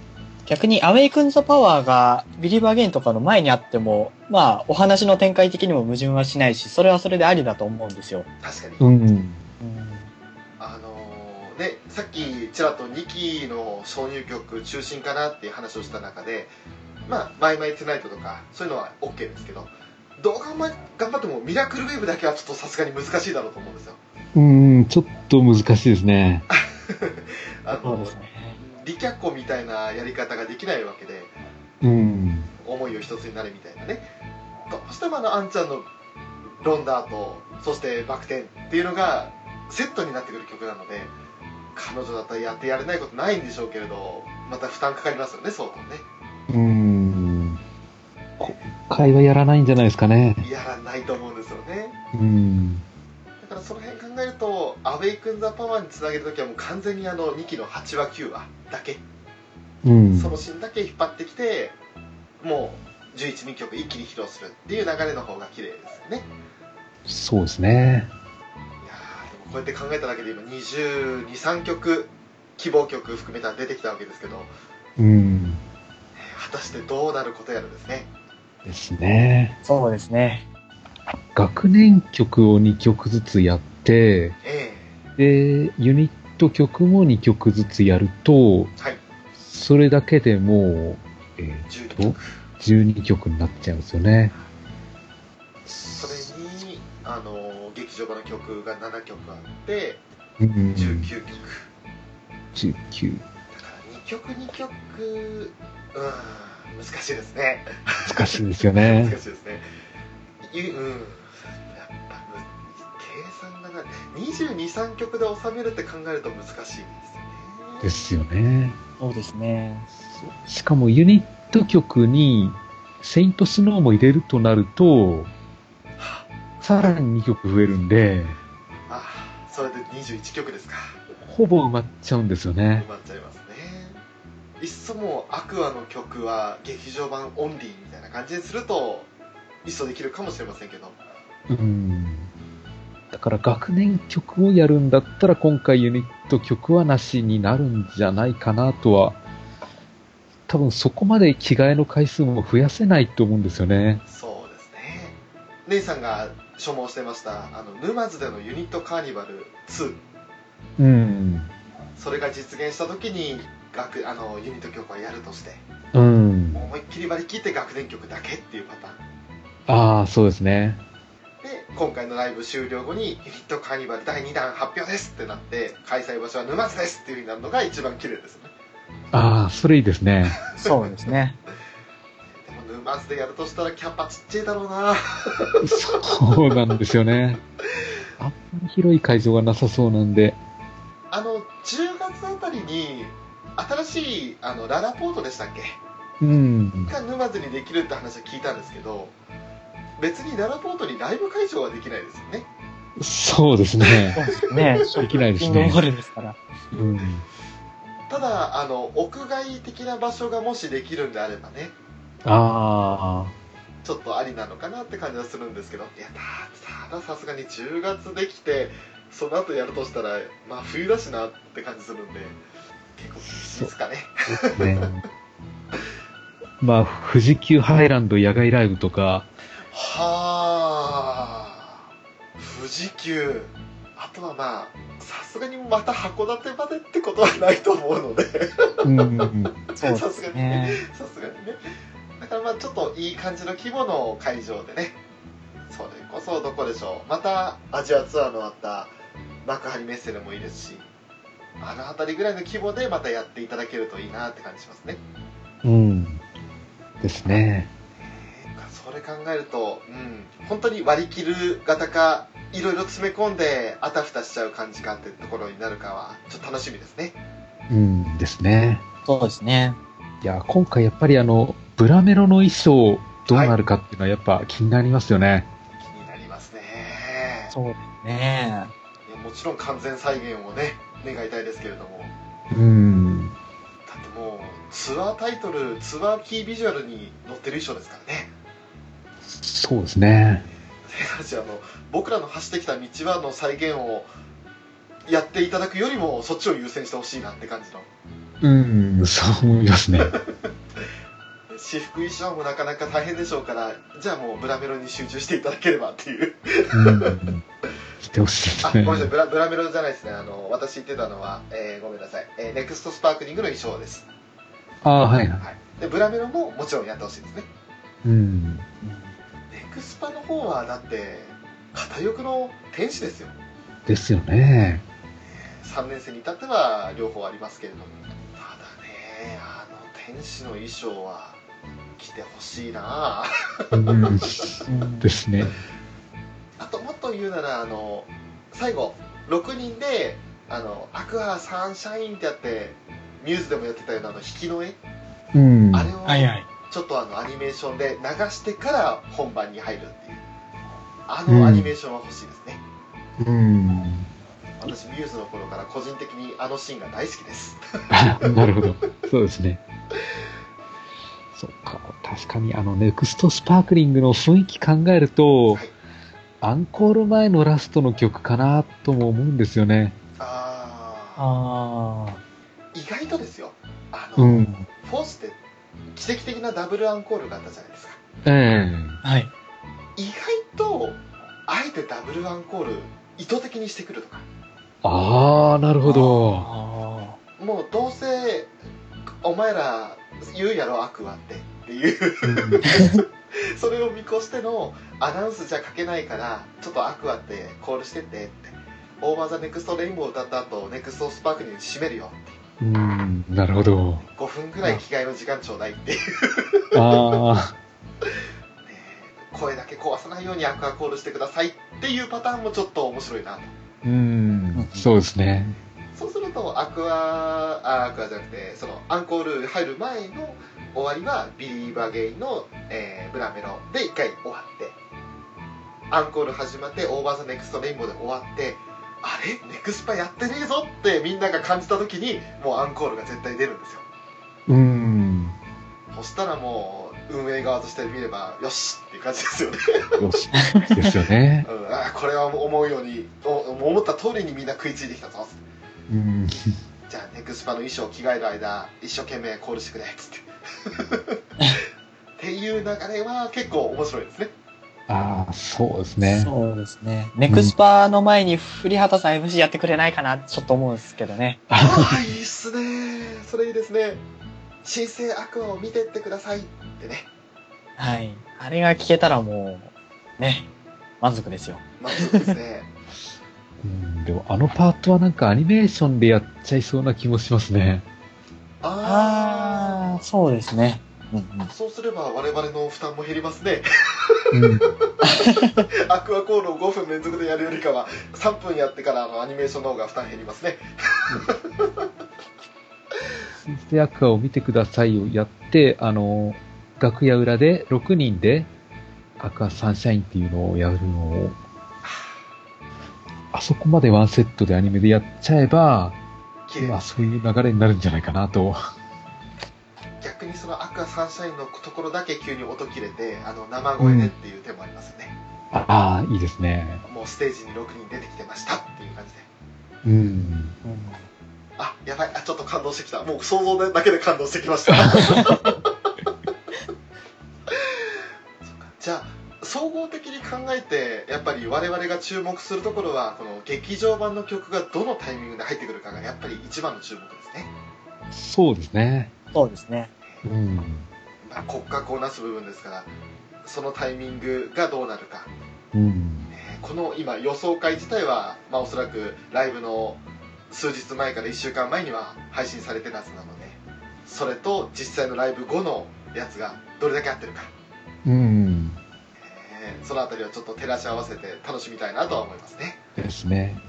C: 逆に、アウェイクンザパワーが、ビリバーゲインとかの前にあっても、まあ、お話の展開的にも矛盾はしないし、それはそれでありだと思うんですよ。
B: 確かに
D: うん。
B: あのーね、さっきちらっと2期の挿入曲中心かなっていう話をした中で「まあ、マイマイ・テナイト」とかそういうのは OK ですけどどう頑張頑張っても「ミラクル・ウェーブ」だけはちょっとさすがに難しいだろうと思うんですよ。
D: うん、ちょっと難しいですね。
B: あ
C: そう
B: の
C: ですね。
B: 利脚光みたいなやり方ができないわけで
D: うん。
B: 思いを一つになるみたいなねどうしてもあのあんちゃんのロンダーとそしてバク転っていうのがセットになってくる曲なので彼女だったらやってやれないことないんでしょうけれどまた負担かかりますよね相当ね
D: うん。今回はやらないんじゃないですかね。
B: やらないと思うんですよね
D: うん。
B: だからその辺考えると「アウェイクン・ザ・パワー」につなげる時はもう完全にあの2期の8話9話だけ
D: うん。
B: そのシーンだけ引っ張ってきてもう11人曲一気に披露するっていう流れの方が綺麗ですよね
D: そうですね。
B: いやーでもこうやって考えただけで今223曲希望曲含めたら出てきたわけですけど
D: うん。
B: 果たしてどうなることやらですね
D: ですね。
C: そうですね。
D: 学年曲を2曲ずつやって、
B: え
D: で、ユニット曲も2曲ずつやると、
B: えはい
D: それだけでもう、え
B: 12
D: ー
B: 曲
D: と、12曲になっちゃうんですよね。
B: それにあのー劇場版の曲が7曲あって
D: うん
B: 19曲
D: 19。
B: だから2曲2曲うーん難しいですね
D: 難しいですよ
B: 難しい
D: ね。
B: ですねゆうんやっぱむ計算がない223曲で収めるって考えると難しいですね
D: ですよね。
C: そうですね。
D: しかもユニット曲に、セイントスノーも入れるとなると、さらに2曲増えるんで、
B: あそれで21曲ですか
D: ほぼ埋まっちゃうんですよね
B: 埋。まっちゃいますねいっそもうアクアの曲は劇場版オンリーみたいな感じにするといっそできるかもしれませんけど
D: うん。だから学年曲をやるんだったら今回ユニット曲はなしになるんじゃないかなとは多分そこまで着替えの回数も増やせないと思うんですよね。
B: そうですね姉さんが所望してましたあの沼津でのユニットカーニバル2
D: うん。
B: それが実現した時に学あのユニット曲はやるとして
D: うん。
B: 思いっきり割り切って学年曲だけっていうパターン
D: ああ、そうですね。
B: で今回のライブ終了後にユニットカーニバル第2弾発表ですってなって開催場所は沼津ですっていう風になるのが一番綺麗ですね
D: ああ、それいいですね。
C: そうですね。
B: でも沼津でやるとしたらキャパちっちゃいだろうな
D: そうなんですよね。あんまり広い会場がなさそうなんで。
B: あの10月あたりに新しいあのララポートでしたっけ
D: うん。
B: が沼津にできるって話は聞いたんですけど別にララポートにライブ会場はできないですよね
D: そうですね。
C: そうですね。
D: できないです
C: キングオブ
D: ね
C: モ。ールですから。
D: うん。
B: ただあの屋外的な場所がもしできるんであればね
D: ああ。
B: ちょっとありなのかなって感じはするんですけどいやたたださすがに10月できてその後やるとしたらまあ冬だしなって感じするんで結構厳しいですかね
D: ね。まあ、富士急ハイランド野外ライブとか、
B: はあ富士急あとはまあさすがにまた函館までってことはないと思うので
D: うん。
C: そうですね。
B: さすがにねだからまあちょっといい感じの規模の会場でねそれこそどこでしょうまたアジアツアーのあった幕張メッセでもいいですしあの辺りぐらいの規模でまたやっていただけるといいなって感じしますね
D: うん。ですね。
B: それ考えるとうん本当に割り切る型かいろいろ詰め込んであたふたしちゃう感じかってところになるかはちょっと楽しみですね
D: うんですね。
C: そうですね。
D: いや、今回やっぱりあの、ブラメロの衣装どうなるかっていうのはやっぱ気になりますよね。
B: 気になりますね
C: そうですね。
B: いやもちろん完全再現をね願いたいですけれども
D: うん。
B: だってもうツアータイトルツアーキービジュアルに載ってる衣装ですからね
D: そうですね。
B: 私あの僕らの走ってきた道はの再現をやっていただくよりもそっちを優先してほしいなって感じの
D: うん、そう思いますね。
B: 私服衣装もなかなか大変でしょうからじゃあもうブラメロに集中していただければっていう
D: うん。してほしいで
B: あ
D: す
B: ごめんな
D: ね。
B: さいブラブラメロじゃないですねあの私言ってたのは、えーごめんなさい、えーネクストスパークリングの衣装です、
D: ああ、はいはい。
B: はい、でブラメロももちろんやってほしいですね
D: うん。
B: ネクスパの方はだって片翼の天使ですよ
D: ですよね。
B: 3年生に至っては両方ありますけれどもただねあの天使の衣装は着てほしいな あ
D: うん。
C: うん
D: ですね。
B: あともっと言うならあの最後6人であのアクアサンシャインってやってミューズでもやってたようなあの引きの絵、
D: うん。
B: あれ
C: はい
B: を
C: はい。
B: ちょっとあのアニメーションで流してから本番に入るっていうあ
D: うん
B: のアニメーションは欲しいですね、
D: うん。
B: 私ミューズの頃から個人的にあのシーンが大好きです
D: あ なるほど。そうですね。そっか。確かに、あの、ネクストスパークリングの雰囲気考えると
B: はい、
D: アンコール前のラストの曲かなとも思うんですよね。
B: ああ
C: ああ。
B: 意外とですよあの、
D: うん。
B: フォースって奇跡的なダブルアンコールがあったじゃないですか
D: え
C: はい。
B: 意外とあえてダブルアンコール意図的にしてくるとか
D: えああ、なるほど。
C: あ
B: もうどうせお前ら言うやろ悪はってっていう それを見越してのアナウンスじゃ書けないからちょっと悪はってコールしてってってオーバーザネクストレインボーを歌った後ネクストスパークに締めるよ
D: うん、なるほど。
B: 5分ぐらい着替えの時間ちょうだいっていう
D: ああ、
B: 声だけ壊さないようにアクアコールしてくださいっていうパターンもちょっと面白いなと
D: うん、そうですね。
B: そうするとアクアあアクアじゃなくてそのアンコール入る前の終わりはビリーバーゲインの、えーブラメロで一回終わってアンコール始まってオーバーザネクストレインボーで終わってあれネクスパやってねえぞってみんなが感じた時にもうアンコールが絶対出るんですよ
D: うん、
B: そしたらもう運営側として見ればよしっていう感じですよね
D: よし。ですよね。
B: うん、あーこれは思うようにお思った通りにみんな食いついてきたぞ
D: うん、
B: じゃあネクスパの衣装を着替える間一生懸命コールしてくれっつって っていう流れは結構面白いですね。
D: ああ、そうですね。
C: そうですね。ネクスパの前に、古畑さん MC やってくれないかな、ちょっと思うんですけどね。
B: ああ、いいっすね。それいいですね。新生アクアを見てってくださいってね。
C: はい。あれが聞けたらもう、ね、満足ですよ。
B: まあ、そうです ね。
D: うん、でもあのパートはなんかアニメーションでやっちゃいそうな気もしますね。
B: あ
C: あー、そうですね。うんうん
B: あ。。そうすれば我々の負担も減りますね。
D: うん、
B: アクアコールを5分連続でやるよりかは、3分やってからのアニメーションの方が負担減りますね。
D: 水星アクアを見てくださいをやって、あの、楽屋裏で6人でアクアサンシャインっていうのをやるのを、あそこまでワンセットでアニメでやっちゃえば、
B: 綺麗
D: まあそういう流れになるんじゃないかなと。
B: 逆にそのアクアサンシャインのところだけ急に音切れて、あの、生声でっていう手もありますよね。
D: ああ、いいですね。
B: もうステージに6人出てきてましたっていう感じで。
D: うん。
C: うん
B: あ、やばい。あ、ちょっと感動してきた。もう想像だけで感動してきました。そっかじゃあ、総合的に考えて、やっぱり我々が注目するところは、この劇場版の曲がどのタイミングで入ってくるかが、やっぱり一番の注目ですね。
D: そうですね。
C: そうですね。
D: うん。
B: まあ、骨格をなす部分ですから、そのタイミングがどうなるか。
D: うん。
B: えーこの今、予想会自体は、まあ、おそらくライブの数日前から1週間前には配信されてるはずなので、それと実際のライブ後のやつがどれだけ合ってるか、
D: うん。
B: えーそのあたりはちょっと照らし合わせて楽しみたいなとは思いますね。
D: ですね。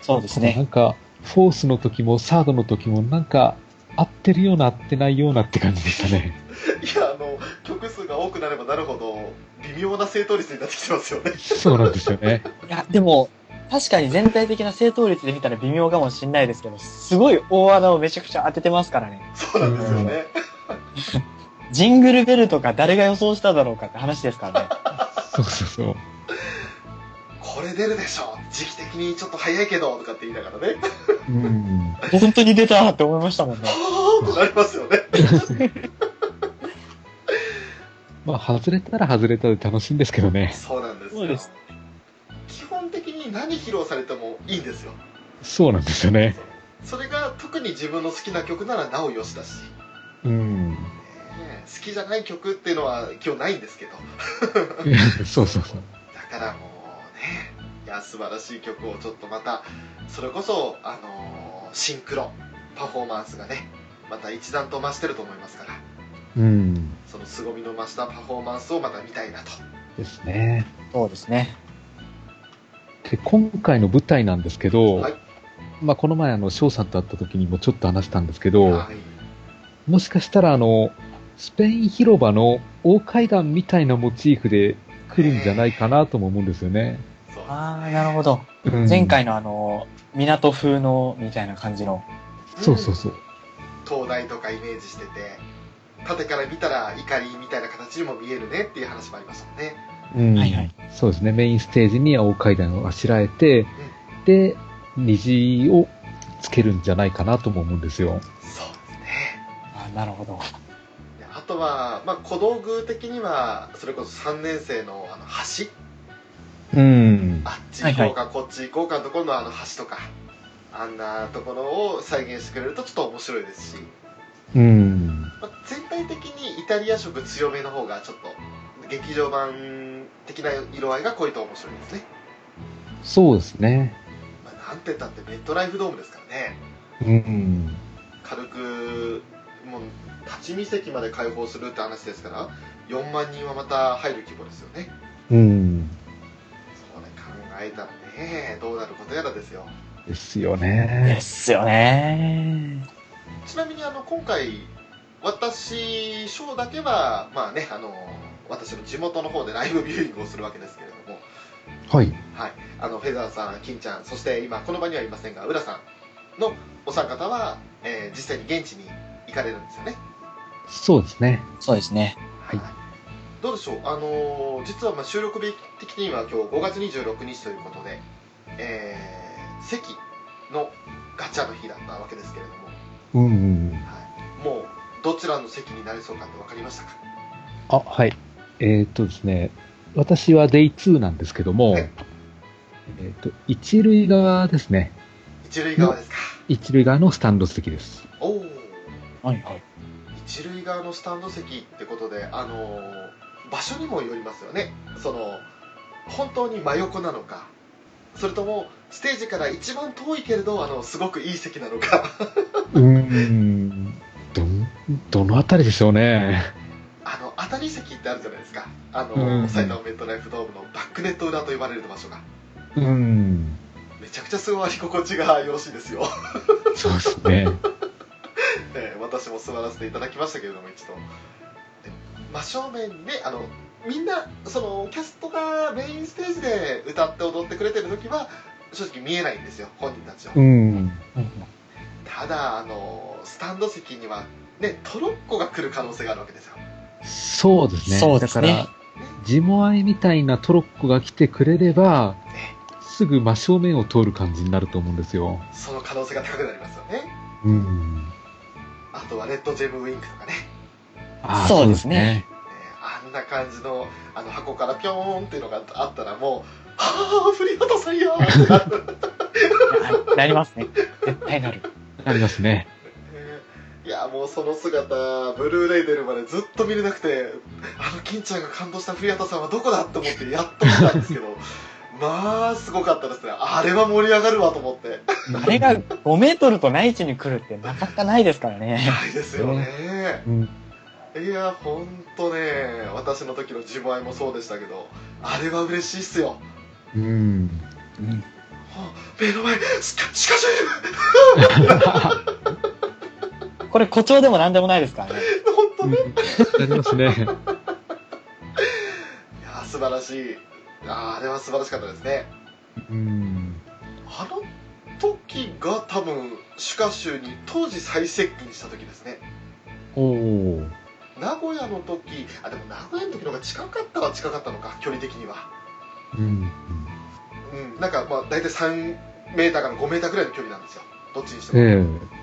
C: そうです
D: な
C: ね。
D: んか、フォースの時もサードの時もなんか、合ってるような合ってないようなって感じでしたね。
B: いや、あの、曲数が多くなればなるほど、微妙な正答率になってきてますよね。
D: そうなんですよね。
C: いや、でも、確かに全体的な正答率で見たら微妙かもしれないですけど、すごい大穴をめちゃくちゃ当ててますからね。
B: そうなんですよね。
C: ジングルベルとか誰が予想しただろうかって話ですからね。
D: そうそうそう。
B: これ出るでしょ時期的にちょっと早いけどとかって言いながらね。
D: うん。
C: 本当に出たって思いましたもん ね。
B: はーってなりますよね。
D: まあ、外れたら外れたで楽しいんですけどね。
B: そうなんですよ。
C: そうです
B: 基本的に何披露されてもいいんですよ。
D: そうなんですよね。
B: それが特に自分の好きな曲ならなおよしだし、
D: うん。
B: ねえ好きじゃない曲っていうのは今日ないんですけど、
D: そうそうそう。
B: だからもうね、いや素晴らしい曲をちょっとまた、それこそあのーシンクロパフォーマンスがね、また一段と増してると思いますから、
D: うん。
B: その凄みの増したパフォーマンスをまた見たいなと。
D: ですね。
C: そうですね。
D: で、今回の舞台なんですけど、
B: はい
D: まあ、この前、あの、翔さんと会った時にもちょっと話したんですけど、
B: はい、
D: もしかしたら、あの、スペイン広場の大階段みたいなモチーフで来るんじゃないかなとも思うんですよね。
B: そう
C: ああ、なるほど。
D: うん
C: 前。回のあの、港風のみたいな感じの。
D: そうそうそう。
B: 灯台とかイメージしてて縦から見たら怒りみたいな形にも見えるねっていう話もありましたもんね
D: うん
C: はいはい
D: そうですね。メインステージに大階段をあしらえて、で、虹をつけるんじゃないかなとも思うんですよ。
B: そうですね
C: あーなるほど。
B: であとは、まあ、小道具的にはそれこそ3年生のあの橋
D: うん。
B: あっち行こうか、こっち行こうかのところのあの橋とかあんなところを再現してくれるとちょっと面白いですし、
D: うん。
B: まあ全体的にイタリア色強めの方がちょっと劇場版的な色合いが濃いと面白いですね、
D: そうですね。
B: まあ、なんて言ったってメットライフドームですからね
D: うん。
B: 軽くもう立ち見席まで開放するって話ですから4万人はまた入る規模ですよね
D: うん。
B: それ考えたらねどうなることやらですよ
D: ですよ
C: で
D: ね。
C: すよね。
B: ちなみにあの今回私ショーだけはまあねあの私の地元の方でライブビューイングをするわけですけれども
D: はい。
B: はいあのフェザーさん金ちゃんそして今この場にはいませんが浦さんのお三方は、えー実際に現地に行かれるんですよね
D: そうですね。
C: そうですね。
D: はい
B: どうでしょう、あのー実はまあ収録日的には今日5月26日ということで、えー、席のガチャの日だったわけですけれども、
D: うん。
B: はいもうどちらの席になりそうかって分かりましたか
D: あ、はい。えーっとですね、私はデイ2なんですけども、
B: はい
D: えーっと、一塁側ですね。
B: 一塁側ですか
D: 一塁側のスタンド席です。
B: おお
C: はいはい。
B: 一塁側のスタンド席ってことであのー場所にもよりますよねその本当に真横なのかそれともステージから一番遠いけれどあのすごくいい席なのか
D: うーん、どん、どのあたりでしょうね。
B: あの当たり席ってあるじゃないですかあの、
D: うん
B: 埼玉メットライフドームのバックネット裏と言われる場所が
D: うーん、
B: めちゃくちゃ座り心地がよろしいですよ、
D: そうですね。
B: えー私も座らせていただきましたけれども一度で真正面にねあのみんなそのキャストがメインステージで歌って踊ってくれてる時は正直見えないんですよ本人たちは、
D: うん、
C: うん
B: ただあのスタンド席にはねトロッコが来る可能性があるわけですよ
D: そうですね。
C: そうですね
D: だから、ジモアイみたいなトロッコが来てくれれば、すぐ真正面を通る感じになると思うんですよ。
B: その可能性が高くなりますよね
D: うん。
B: あとはレッドジェムウィンクとかね
D: あー
C: そうですね。
B: ねあんな感じのあの箱からピョーンっていうのがあったらもう「はあ振り渡さんや!」ってなる、
C: ななりますね。絶対なる。
D: そうですねありますね。
B: えーいやもうその姿ブルーレイ出るまでずっと見れなくてあの金ちゃんが感動した振り渡さんはどこだと思ってやっと見たんですけど まあすごかったですねあれは盛り上がるわと思って
C: あれが5メートルとない位置に来るってなかなかないですからね。
B: ないですよね
D: うん、
B: いやほんとね私の時の自前もそうでしたけどあれは嬉しいっすよ
D: うん。
C: うん
B: あ目の前しかしかし
C: これ誇張でもなんでもないですからね。
B: いる本当ね
D: なりますね。
B: いやー素晴らしいあーあれは素晴らしかったですね
D: うん。
B: あの時が多分主歌集に当時最接近した時ですね
D: おお。
B: 名古屋の時あでも名古屋の時の方が近かったは近かったのか距離的には
D: う
B: う
D: ん。
B: んなんかまあ大体3メーターから5メーターぐらいの距離なんですよどっちにしても、
D: ええ。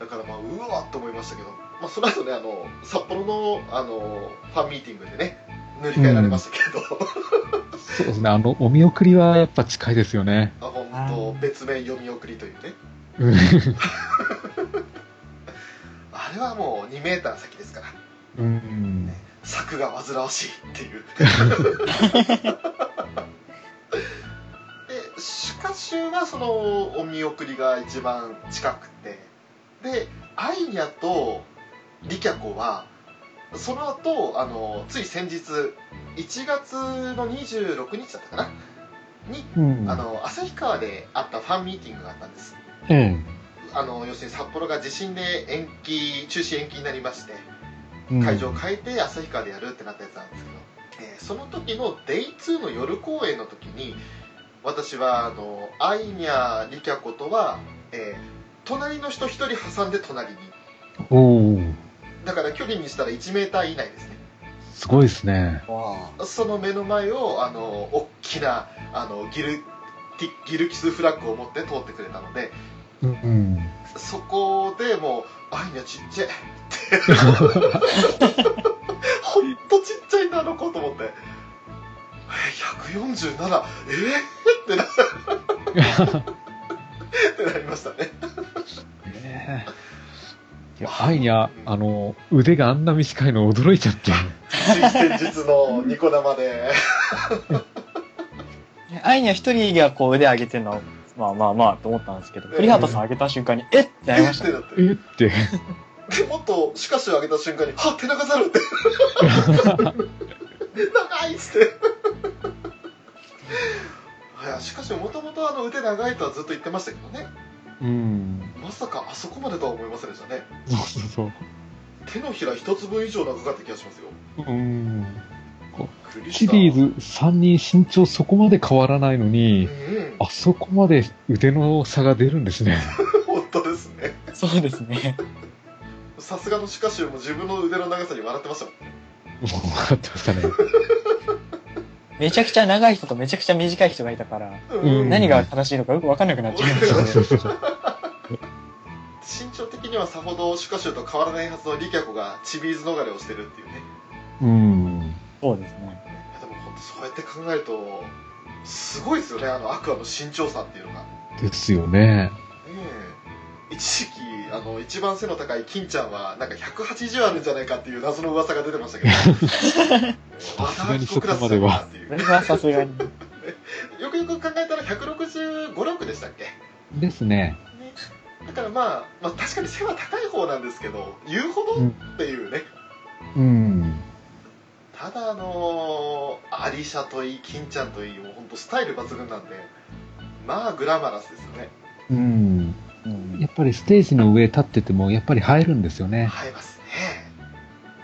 B: だからまあうわーと思いましたけど、まあ、その後ねあの札幌のあのファンミーティングでね塗り替えられましたけど、
D: そうですね。あの、お見送りはやっぱ近いですよね。
B: あ本当別名読み送りというね
D: うん。
B: あれはもう2メーター先ですから
D: うん。
B: 柵が煩わしいっていうで主歌集はそのお見送りが一番近くてでアイニャとリキャコはその後あのつい先日1月の26日だったかなに
D: うん
B: あの旭川であったファンミーティングがあったんです
D: ええ。
B: あの要するに札幌が地震で延期中止延期になりまして
D: うん
B: 会場を変えて旭川でやるってなったやつなんですけど、えーその時の Day2 の夜公演の時に私はあのアイニャリキャコとは、えー隣の人1人挟んで隣に
D: おお。
B: だから距離にしたら1メーター以内ですね
D: すごいですね。
B: その目の前をあの大きなあのギルティギルキスフラッグを持って通ってくれたので
D: うん。
B: そこでもう「アイニャちっちゃい」ほんとちっちゃいなあの子と思ってえ147えー、ってなってなりましたね
D: ねえ。いや、アイニャ、あの、腕があんな短いの驚いちゃって。
B: つい先日のニコ生で
C: アイニャ一人がこう腕上げてるのは、まあまあまあと思ったんですけど、
B: うん
C: 栗畑さん上げた瞬間に、えっって
B: え
C: なりま
B: ー っ
C: し
B: たて
C: ね。
B: なって
D: えって。
B: でもっとしかし上げた瞬間に「はっ手長猿」って長いっつっていやしかしもともとあの腕長いとはずっと言ってましたけどね
D: うん。
B: まさかあそこまでとは思いませんでしたね
D: そうそうそう。
B: 手のひら一つ分以上長かった気がしますよ
D: うん。
B: クリ
D: シリーズ3人身長そこまで変わらないのに、
B: うん
D: あそこまで腕の差が出るんです ね。
B: 本当ですね
C: そうですね。
B: さすがのシカシュウも自分の腕の長さに笑ってましたもん
D: もう分かってましたね。
C: めちゃくちゃ長い人とめちゃくちゃ短い人がいたから、
D: うん
C: 何が正しいのかよくわかんなくなっちゃいま
D: そう
C: し
D: そ
C: た
D: う
C: ね。
D: そう。
B: 身長的にはさほどシュカシュと変わらないはずのリキャコがチビーズ逃れをしてるっていうね
D: うん。
C: そうですね。
B: いやでも本当そうやって考えるとすごいですよねあのアクアの身長差っていうのがね
D: ですよね。
B: え一時期あの一番背の高い金ちゃんはなんか180あるんじゃないかっていう謎の噂が出てましたけど
D: さすがにそこまでは
B: ってい
C: これ
B: う
C: はさすがに。
B: よくよく考えたら165、6でしたっけ
D: ですね。
B: ね、だからまあ、まあ、確かに背は高い方なんですけど言うほどっていうね、
D: うん。
B: ただあのーアリシャといい金ちゃんといいもう本当スタイル抜群なんでまあグラマラスですよね
D: うん。
C: うん
D: やっぱりステージの上立ってても、やっぱり映えるんですよね。
B: 映えますね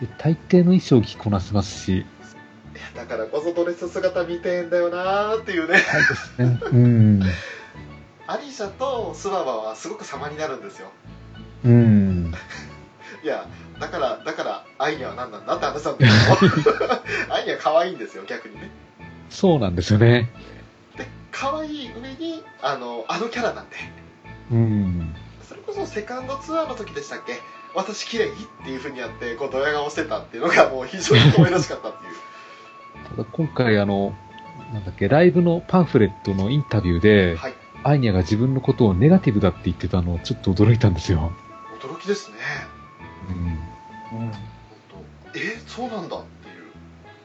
D: で大抵の衣装着こなせます
B: い
D: し。
B: やだからこそドレス姿見てんだよなーっていうね
D: ね、うん。
B: アリシャとスババはすごく様になるんですよ
D: うん。
B: いやだからだからアイニャは何なんだって話なんですけど アイニャ可愛いんですよ逆にね
D: そうなんですよね。
B: で可愛い上にあのあのキャラなんで
D: うん。
B: それこそセカンドツアーの時でしたっけ私綺麗っていうふうにやってこうドヤ顔してたっていうのがもう非常に可愛らしかったっていう
D: ただ今回あの、なんだっけ、ライブのパンフレットのインタビューで、
B: はい
D: アイニャが自分のことをネガティブだって言ってたのをちょっと驚いたんですよ。
B: 驚きですね
D: うん。
B: 本当えそうなんだっ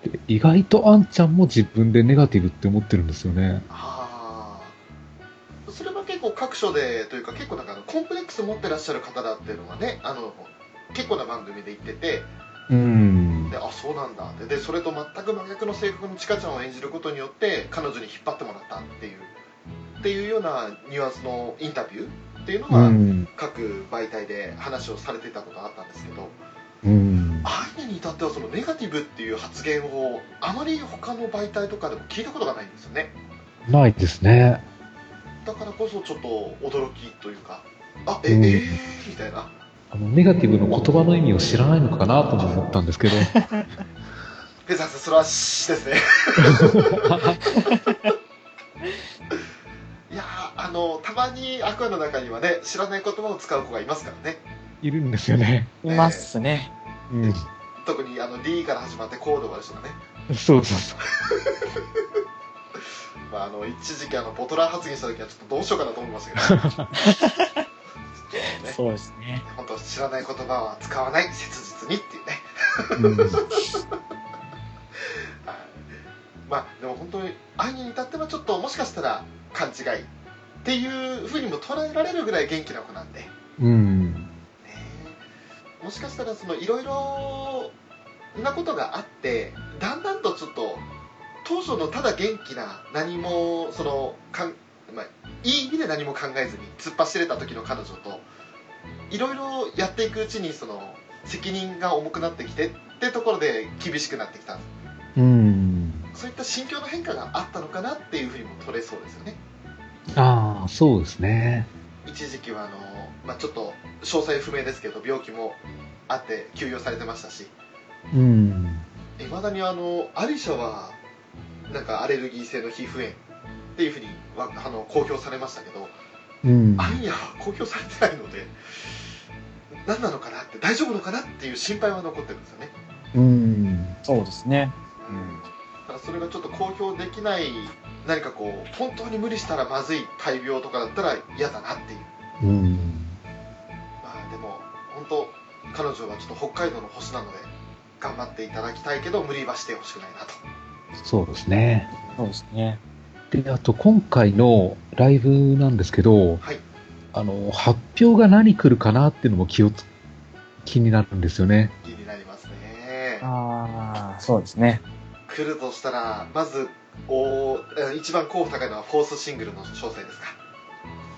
B: ていう
D: で意外とアンちゃんも自分でネガティブって思ってるんですよね。
B: ああそれは結構各所でというか結構なんかあのコンプレックス持ってらっしゃる方だっていうのがねあの結構な番組で言ってて
D: うん
B: で。あそうなんだってでそれと全く真逆の性格のチカちゃんを演じることによって彼女に引っ張ってもらったっていうっていうようなニュアンスのインタビューっていうの
D: う
B: が、
D: ん。
B: 各媒体で話をされてたことがあったんですけど
D: うん。
B: アイネに至ってはそのネガティブっていう発言をあまり他の媒体とかでも聞いたことがないんですよね
D: ないですね。
B: だからこそちょっと驚きというかあえ、
D: うん
B: えーみたいな
D: あの、ネガティブの言葉の意味を知らないのかなとも思ったんです けど。
B: ペザーさんそれはしですね いやーあのたまにアクアの中にはね知らない言葉を使う子がいますからね
D: いるんですよね。
C: いますね。
D: うん。
B: 特にあの D から始まってコードがある人がね、
D: そうそうそう。
B: まあ、あの一時期あのボトラー発言した時はちょっとどうしようかなと思いましたけどちょっとね
C: そうですね。
B: 本当知らない言葉は使わない切実にっていうね
D: うん
B: はいまあでも本当に愛に至ってはちょっともしかしたら勘違いっていうふうにも捉えられるぐらい元気な子なんで、ね
D: うん。
B: え、もしかしたらそのいろいろなことがあってだんだんとちょっと当初のただ元気な何もそのかん、まあ、いい意味で何も考えずに突っ走れた時の彼女といろいろやっていくうちにその責任が重くなってきてってところで厳しくなってきた
D: うん。
B: そういった心境の変化があったのかなっていうふうにも取れそうですよね
D: ああ、そうですね。
B: 一時期はあの、まあ、ちょっと詳細不明ですけど病気もあって休養されてましたし
D: うん。
B: いまだにあのアリシャはなんかアレルギー性の皮膚炎っていうふうにわあの公表されましたけど
D: うん。
B: アンヤは公表されてないので何なのかなって大丈夫のかなっていう心配は残ってるんですよね
D: うん。
C: そうですね。
B: うんただそれがちょっと公表できない何かこう本当に無理したらまずい大病とかだったら嫌だなっていう
D: うん。
B: まあでも本当彼女はちょっと北海道の星なので頑張っていただきたいけど無理はしてほしくないなと
D: そうですね。
C: そうですね。
D: で、あと今回のライブなんですけど、
B: はい
D: あの、発表が何来るかなっていうのも気をつ、気になるんですよね。
B: 気になりますね
C: ああ、そうですね。
B: 来るとしたらまずおえー一番候補高いのはフォースシングルの詳細ですか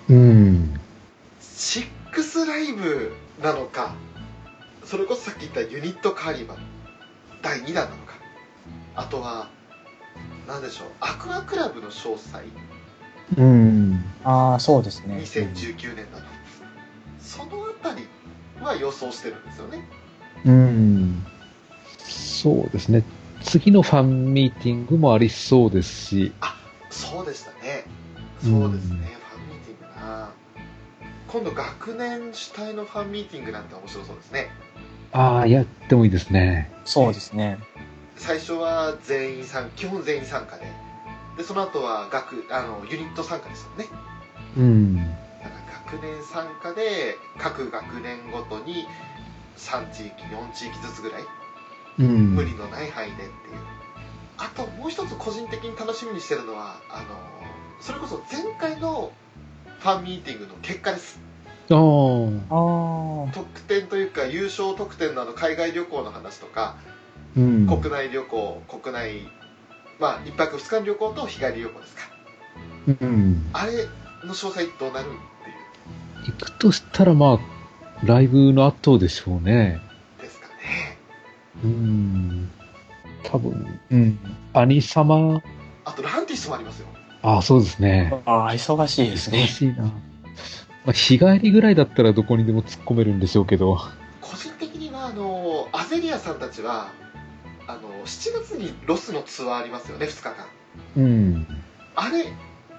D: うん。
B: シックスライブなのかそれこそさっき言ったユニットカーニバル第2弾なのかあとは何でしょうアクアクラブの詳細
D: うん。
C: ああ、そうですね。
B: 2019年だとそのあたりは予想してるんですよね
D: うん。そうですね。次のファンミーティングもありそうですし、
B: そうでしたね
D: うん
B: そうですね、ファンミーティングな今度学年主体のファンミーティングなんて面白そうですね
D: ああ、やってもいいですね。
C: そうですね。
B: 最初は全員参基本全員参加ででその後は学あのユニット参加ですよね
D: うん。
B: だから学年参加で各学年ごとに3地域4地域ずつぐらい
D: うん。
B: 無理のない範囲でっていうあともう一つ個人的に楽しみにしてるのはあのそれこそ前回のファンミーティングの結果です
D: あ
C: あ
D: あ。
C: あ。
B: 得点というか優勝得点のあの海外旅行の話とか
D: うん。
B: 国内旅行国内まあ1泊2日の旅行と日帰り旅行ですか
D: うん。
B: あれの詳細どうなるっていう
D: 行くとしたら、まあ、ライブの後でしょうね。
B: ですかね
D: うん。多分、
C: うん。
D: 兄様、
B: あとランティスもありますよ
D: ああ、そうですね。
C: ああ、忙しいです
D: 忙
C: ね。
D: しいな。まあ、日帰りぐらいだったらどこにでも突っ込めるんでしょうけど。
B: 個人的にはあのアゼリアさんたちはあの7月にロスのツアーありますよね2日間
D: うん。
B: あれ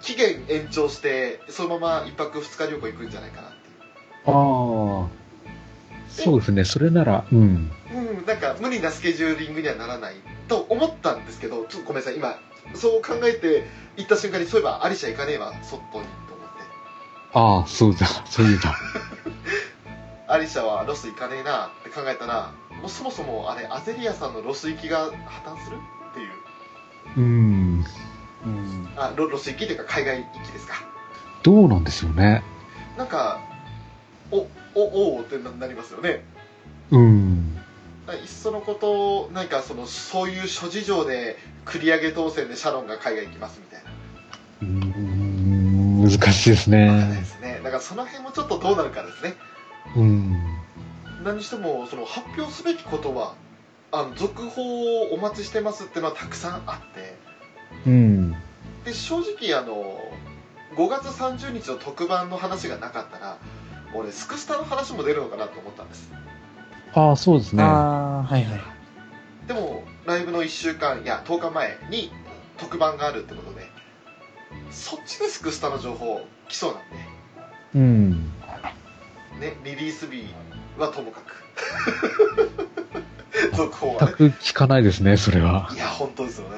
B: 期限延長してそのまま1泊2日旅行行くんじゃないかなっ
D: ああ。そうですね。それなら、うん。
B: ていううんなんか無理なスケジューリングにはならないと思ったんですけどちょっとごめんなさい今そう考えて行った瞬間にそういえばアリシャ行かねえわそっとにと思って
D: ああ、そうだ。 そういえば。
B: アリシャはロス行かねえなって考えたらもうそもそもあれアゼリアさんのロス行きが破綻するっていう
D: うん。
C: うん。
B: あロロス行きというか海外行きですか
D: どうなんでしょうね。
B: なんかおおおーってななりますよね
D: うん。
B: いっそのことなんかそのそういう諸事情で繰り上げ当選でシャロンが海外行きますみたいな、
D: うん難しいです
B: わかんないで
D: ね。
B: すねだからその辺もちょっとどうなるかですね
D: うん。
B: 何してもその発表すべきことはあの続報をお待ちしてますっていうのはたくさんあって
D: うん。
B: で正直あの5月30日の特番の話がなかったら俺スクスタの話も出るのかなと思ったんです
D: ああ、そうですね。
C: ああ、はいはい。
B: でもライブの1週間いや10日前に特番があるってことでそっちでスクスタの情報来そうなん
D: うん。
B: でねリリース日はともかく続報は
D: 全
B: ね
D: く聞かないですね、それは。
B: いや本当ですよね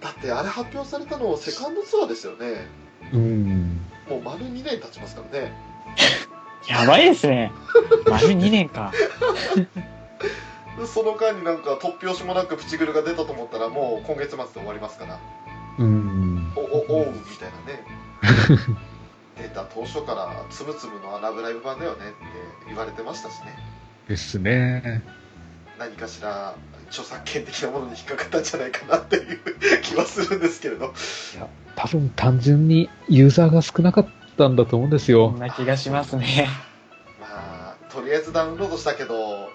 B: だってあれ発表されたのセカンドツアーですよね
D: うん。
B: もう丸2年経ちますからね
C: やばいです ね。丸2年か。
B: その間になんか突拍子もなくプチグルが出たと思ったらもう今月末で終わりますから
D: うん。
B: おおおうみたいなね 出た当初から「つむつむのラブライブ版だよね」って言われてましたしね
D: ですね。
B: 何かしら著作権的なものに引っかかったんじゃないかなっていう気はするんですけれど
D: 多分単純にユーザーが少なかったんだと思うんです
C: そ
D: よ
C: ん。な気がしますね。
B: まあとりあえずダウンロードしたけど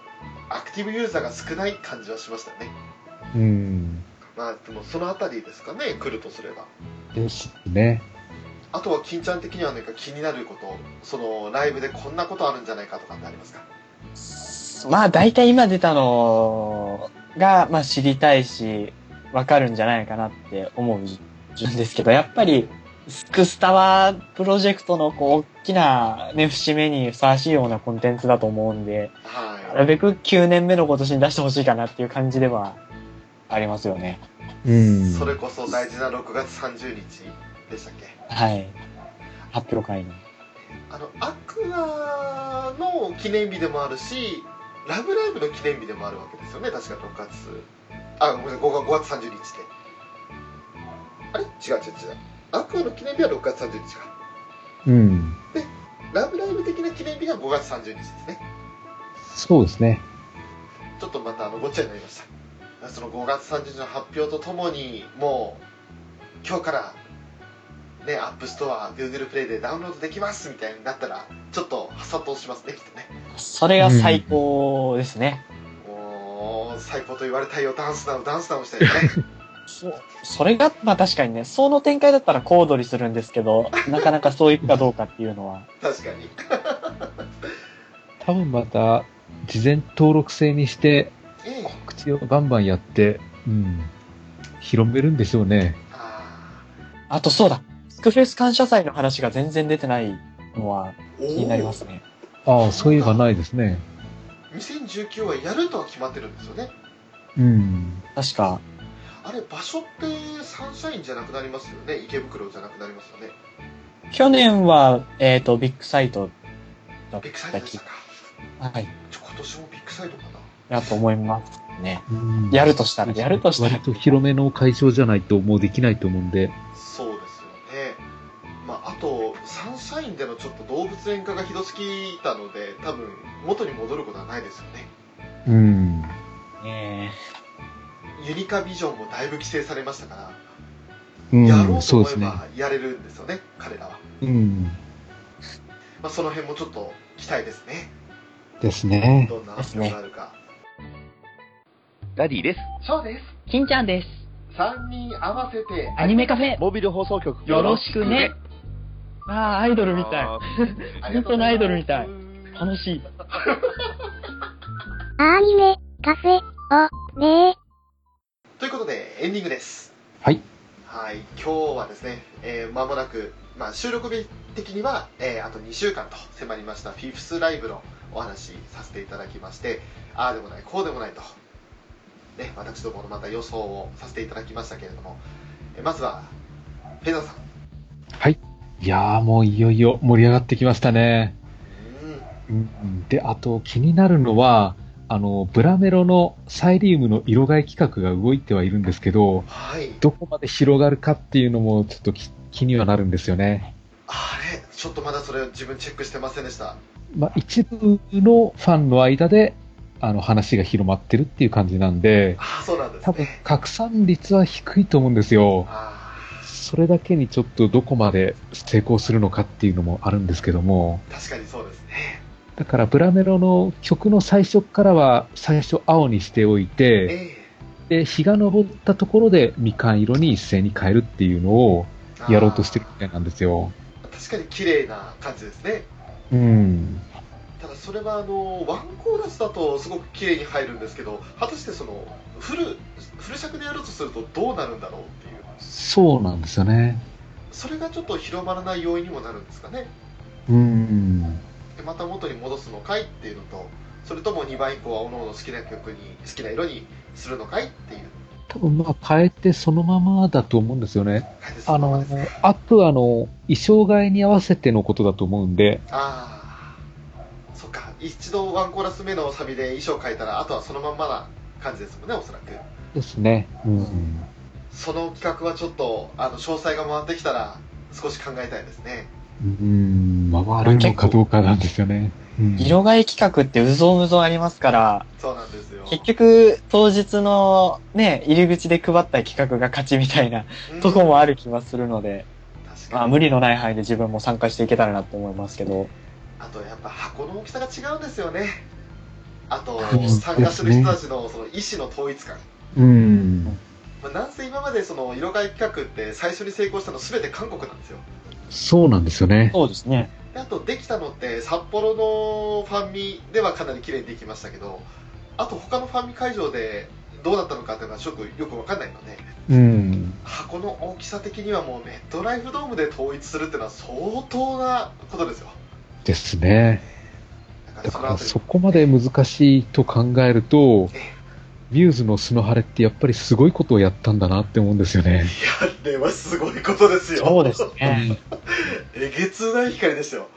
B: アクティブユーザーが少ない感じはしましたね
D: うん。
B: まあでもそのあたりですかね来るとすれば
D: ですね。
B: あとは金ちゃん的には何か気になることそのライブでこんなことあるんじゃないかとかってありますか
C: まあ大体今出たのが、まあ知りたいし、わかるんじゃないかなって思うんですけど、やっぱり、スクスタはプロジェクトのこう、大きなね、節目にふさわしいようなコンテンツだと思うんで、な
B: は
C: るべく9年目の今年に出してほしいかなっていう感じではありますよね。
D: う
B: い、
D: ん。
B: それこそ大事な6月30日でしたっけ
C: はい。発表会に。
B: あのアクアの記念日でもあるし「ラブライブ!」の記念日でもあるわけですよね確か6月あごめんなさい 5, 月30日であれ違う違う違うアクアの記念日は6月30日か
D: うん。
B: ラブライブ的な記念日が5月30日ですね
D: そうですね。
B: ちょっとまたあのごっちゃになりましたその5月30日の発表とともにもう今日からねアップストア Google プレイでダウンロードできますみたいになったらちょっと殺到しますねきっとね
C: それが最高ですね。
B: もう最高と言われたいよダンスなのダンスなのしたいよね
C: そそれが、まあ確かにね、その展開だったら小躍りするんですけど、 なかなかそういくかどうかっていうのは。
B: 確かに
D: 多分また、事前登録制にして、
B: ええ
D: 告知をバンバンやって、うん。広めるんでしょうね。
B: あ
C: あとそうだ、スクフェス感謝祭の話が全然出てないのは
B: 気
C: 気になりますね。
D: ああ、そういえばないですね。
B: 2019はやるとは決まってるんですよね
D: うん。
C: 確か、
B: あれ場所ってサンシャインじゃなくなりますよね池袋じゃなくなりますよね
C: 去年は、えっ、と、ビッグサイトだっ
B: ビッグサイ
C: た
B: トでし
C: 気
B: たか
C: はい。
B: ちょ今年もビッグサイトかな
C: だと思いますね。やるとしたら、やるとしたら
D: 割。と広めの会場じゃないともうできないと思うんで。
B: そうですよね、まあ、あとサンシャインでのちょっと動物園化がひどすぎたので多分元に戻ることはないですよね
D: うん。
C: ね
B: ユニカビジョンもだいぶ規制されましたから、
D: う、
B: やろうんと
D: そうで
B: 思え
D: すね。
B: ばやれるんですよね彼らは、
D: うん。
B: まあ、その辺もちょっと期待ですね
D: ですね。
B: どんな発表があるか、
E: ダディです。
B: そうです
F: 金ちゃんです。
B: 3人合わせて
F: アニメカフェ、
E: モビル放送局
F: よろしくね。ああ、アイドルみた い。
B: あ
F: 本
B: りがと
F: 当
B: うご
F: の
B: ざ
F: アイ
B: ます
F: ドルみたい。楽しい。
A: アニメ、カフェ、お、ねえ。
B: ということでエンディングです
D: はい
B: はい今日はですねま、えー間もなく、まあ、収録日的には、えーあと2週間と迫りましたフィフスライブのお話しさせていただきましてああでもないこうでもないと、ね、私どものまた予想をさせていただきましたけれども、えーまずはフェザーさん
D: いやーもういよいよ盛り上がってきましたね。
B: うん
D: うん、で、あと気になるのは、あの、ブラメロのサイリウムの色替え企画が動いてはいるんですけど、
B: はい
D: どこまで広がるかっていうのもちょっとき気にはなるんですよね。
B: あれちょっとまだそれ自分チェックしてませんでした
D: まあ、一部のファンの間で、あの、話が広まってるっていう感じなんで、
B: ああそうなんです
D: 多分
B: ね
D: 拡散率は低いと思うんですよ。
B: あ
D: それだけにちょっとどこまで成功するのかっていうのもあるんですけども、
B: あ確かにそうですね
D: だからブラメロの曲の最初からは最初青にしておいて、
B: え
D: で、日が昇ったところでみかん色に一斉に変えるっていうのを
B: えあー
D: やろうとしてるみたいなんですよ。
B: 確かに綺麗な感じですね
D: うん。
B: ただそれはあのワンコーラスだとすごく綺麗に入るんですけど果たしてそのフルフル尺でやるとするとどうなるんだろうっていう
D: そうなんですよね。
B: それがちょっと広まらない要因にもなるんですかね
D: うん。
B: でまた元に戻すのかいっていうのとそれとも2番以降はおのおの好きな曲に好きな色にするのかいっていう
D: 多分まあ変えてそのままだと思うんですよね。
B: 感じです
D: あの、アップはあの、衣装替えに合わせてのことだと思うんで、
B: ああそっか一度ワンコーラス目のサビで衣装変えたらあとはそのまんまな感じですもんねおそらく
D: ですね。うん。
B: その企画はちょっとあの詳細が回ってきたら少し考えたいですね
D: うん、回るのかどうかなんですよね。うん
C: 色替え企画ってうぞうむぞうありますから、
B: そうなんですよ
C: 結局、当日のね、入り口で配った企画が勝ちみたいな
B: うん
C: とこもある気はするので、
B: 確
C: ま
B: か
C: あ
B: に
C: 無理のない範囲で自分も参加していけたらなと思いますけど、
B: あとやっぱ箱の大きさが違うんですよねあと
D: うん
B: 参加する人たちのその意思の統一感、
D: うん。
B: まあ、なんせ今までその色替え企画って最初に成功したの全て韓国なんですよ
D: そうなんですよね。
C: そうですね。
B: であとできたのって札幌のファンミではかなり綺麗にできましたけどあと他のファンミ会場でどうだったのかっていうのはちょっとよくわかんないので
D: うん。
B: 箱の大きさ的にはもうメットライフドームで統一するっていうのは相当なことですよ
D: ですね。だ
B: そ
D: か
B: のあ
D: ら
B: たり
D: そこまで難しいと考えると、ミューズのスノハレってやっぱりすごいことをやったんだなって思うんですよね。
B: いやあれはすごいことですよ
C: そうですね。
B: えげつない光でしたよ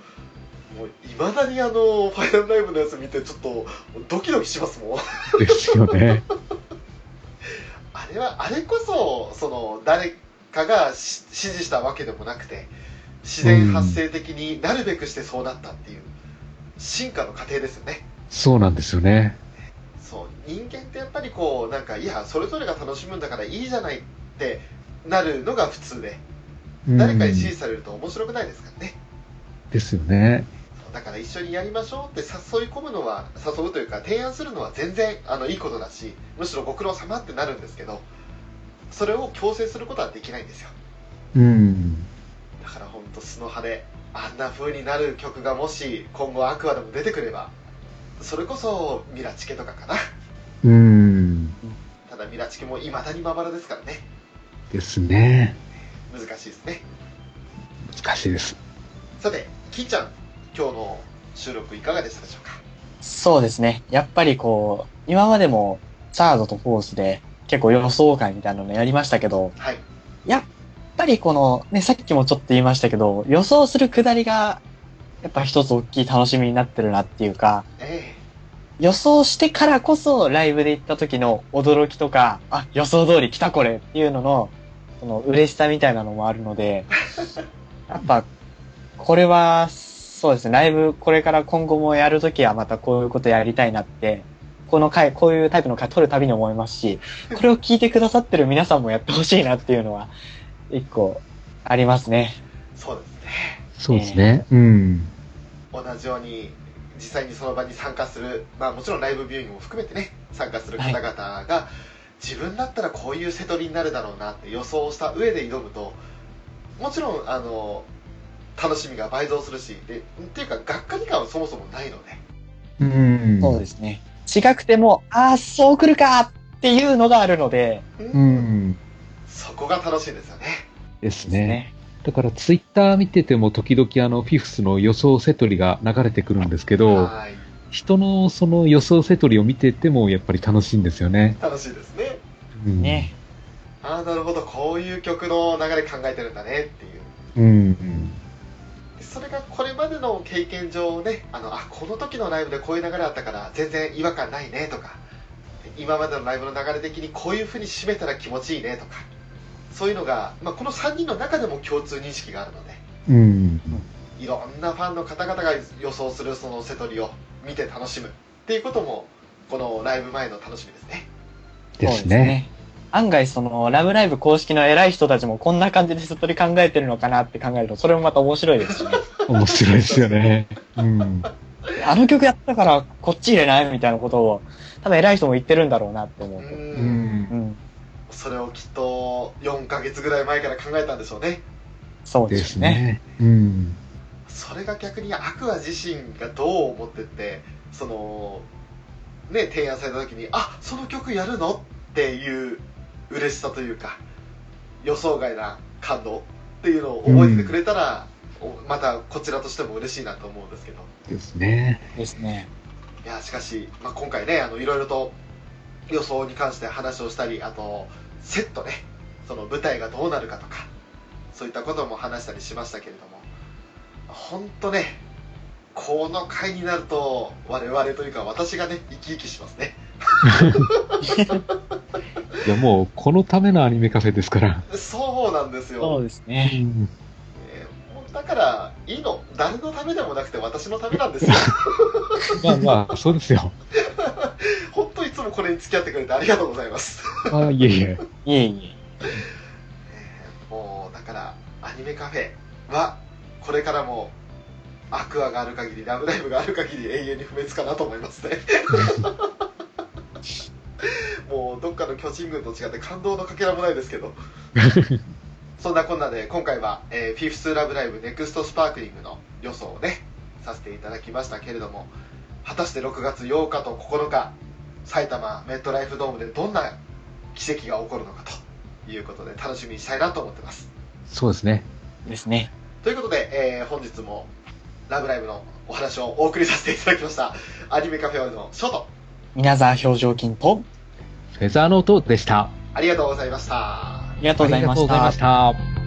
B: もういまだにあのファイナルライブのやつ見てちょっとドキドキしますもん
D: ですよね。
B: あれはあれこそその誰かがし指示したわけでもなくて自然発生的になるべくしてそうなったっていう進化の過程ですよね
D: そうなんですよね。
B: そう人間ってやっぱりこうなんかいやそれぞれが楽しむんだからいいじゃないってなるのが普通で
D: うん
B: 誰かに指示されると面白くないですからね
D: ですよね。
B: だから一緒にやりましょうって誘い込むのは誘うというか提案するのは全然あのいいことだしむしろご苦労様ってなるんですけどそれを強制することはできないんですよ
D: うん。
B: だからほんと素の葉であんな風になる曲がもし今後アクアでも出てくればそれこそミラチケとかかな
D: うん。
B: ただミラチケもいまだにまばらですからね
D: ですね。
B: 難しいですね
D: 難しいです。
B: さて、きちゃん今日の収録いかがでしたでしょうか
C: そうですね。やっぱりこう、今までもサードとフォースで結構予想会みたいなのやりましたけど、
B: はい
C: やっぱりこの、ね、さっきもちょっと言いましたけど、予想するくだりが、やっぱ一つ大きい楽しみになってるなっていうか、
B: え
C: 予想してからこそライブで行った時の驚きとか、あ、予想通り来たこれっていうのの、その嬉しさみたいなのもあるので、やっぱ、これは、そうですね、ライブこれから今後もやるときはまたこういうことやりたいなって、この回、こういうタイプの回撮るたびに思いますし、これを聞いてくださってる皆さんもやってほしいなっていうのは、一個ありますね。
B: えそうですね
D: そうですね。うん。
B: 同じように実際にその場に参加する、まあ、もちろんライブビューイングも含めてね参加する方々が、自分だったらこういう瀬戸りになるだろうなって予想した上で挑むともちろんあの楽しみが倍増するしでっていうかがっかり感はそもそもないので
D: うん。
C: そうですね。違くても、ああ、そう来るかっていうのがあるので、
D: うん。
B: そこが楽しいですよね
D: です
C: です
D: ね。。だからツイッター見てても時々あのフィフスの予想セトリが流れてくるんですけど、
B: はい
D: 人のその予想セトリを見ててもやっぱり楽しいんですよね。
B: 楽しいですね
D: うん。
C: ね。
B: ああなるほどこういう曲の流れ考えてるんだねっていう
D: うん。
B: でそれがこれまでの経験上ねあのあこの時のライブでこういう流れあったから全然違和感ないねとか今までのライブの流れ的にこういう風に締めたら気持ちいいねとかそういうのが、まあ、この3人の中でも共通認識があるので
D: うん。
B: いろんなファンの方々が予想するその瀬取りを見て楽しむっていうこともこのライブ前の楽しみですね
D: で
C: そう
D: すね。。
C: 案外その、ラブライブ公式の偉い人たちもこんな感じでずっとり考えてるのかなって考えると、それもまた面白いですし ね。
D: 面白いです よね。うん。
C: あの曲やったからこっち入れないみたいなことを、多分偉い人も言ってるんだろうなって思
B: う
C: うと。
B: ー
D: う
B: ん
D: ん
C: う。ん。
B: それをきっと4ヶ月ぐらい前から考えたんでしょうね
C: そうで
D: ですす
C: よね。
D: ね。うん。
B: それが逆にアクア自身がどう思ってってそのね提案された時にあその曲やるのっていう嬉しさというか予想外な感動っていうのを覚えててくれたら、おまたこちらとしても嬉しいなと思うんですけど
D: ですね。
C: ですね。
B: いやしかし、まあ、今回ねあのいろいろと予想に関して話をしたりあとセットねその舞台がどうなるかとかそういったことも話したりしましたけれども本当ねこの回になると我々というか私がね生き生きしますね
D: いやもうこのためのアニメカフェですから。
B: そうなんですよ
C: そうですね。
B: えーもうだからいいの誰のためでもなくて私のためなんです よ
D: まあまあ、そうですよ。
B: 本当いつもこれに付き合ってくれてありがとうございます
D: あいえいえ。
C: いえい
B: もうだからアニメカフェはこれからもアクアがある限りラブライブがある限り永遠に不滅かなと思いますねもうどっかの巨人軍と違って感動のかけらもないですけどそんなこんなで今回は、えー、フィフスラブライブネクストスパークリングの予想をねさせていただきましたけれども果たして6月8日と9日埼玉メットライフドームでどんな奇跡が起こるのかとということで楽しみにしたいなと思ってます
D: そうですね。
C: え。ですね。
B: ということで、えー本日も「ラブライブ!」のお話をお送りさせていただきましたアニメカフェオレのショート
C: 皆沢表情筋と、
D: フェザーノートでした。
B: ありがとうございました
C: ありがとうございました。
D: た。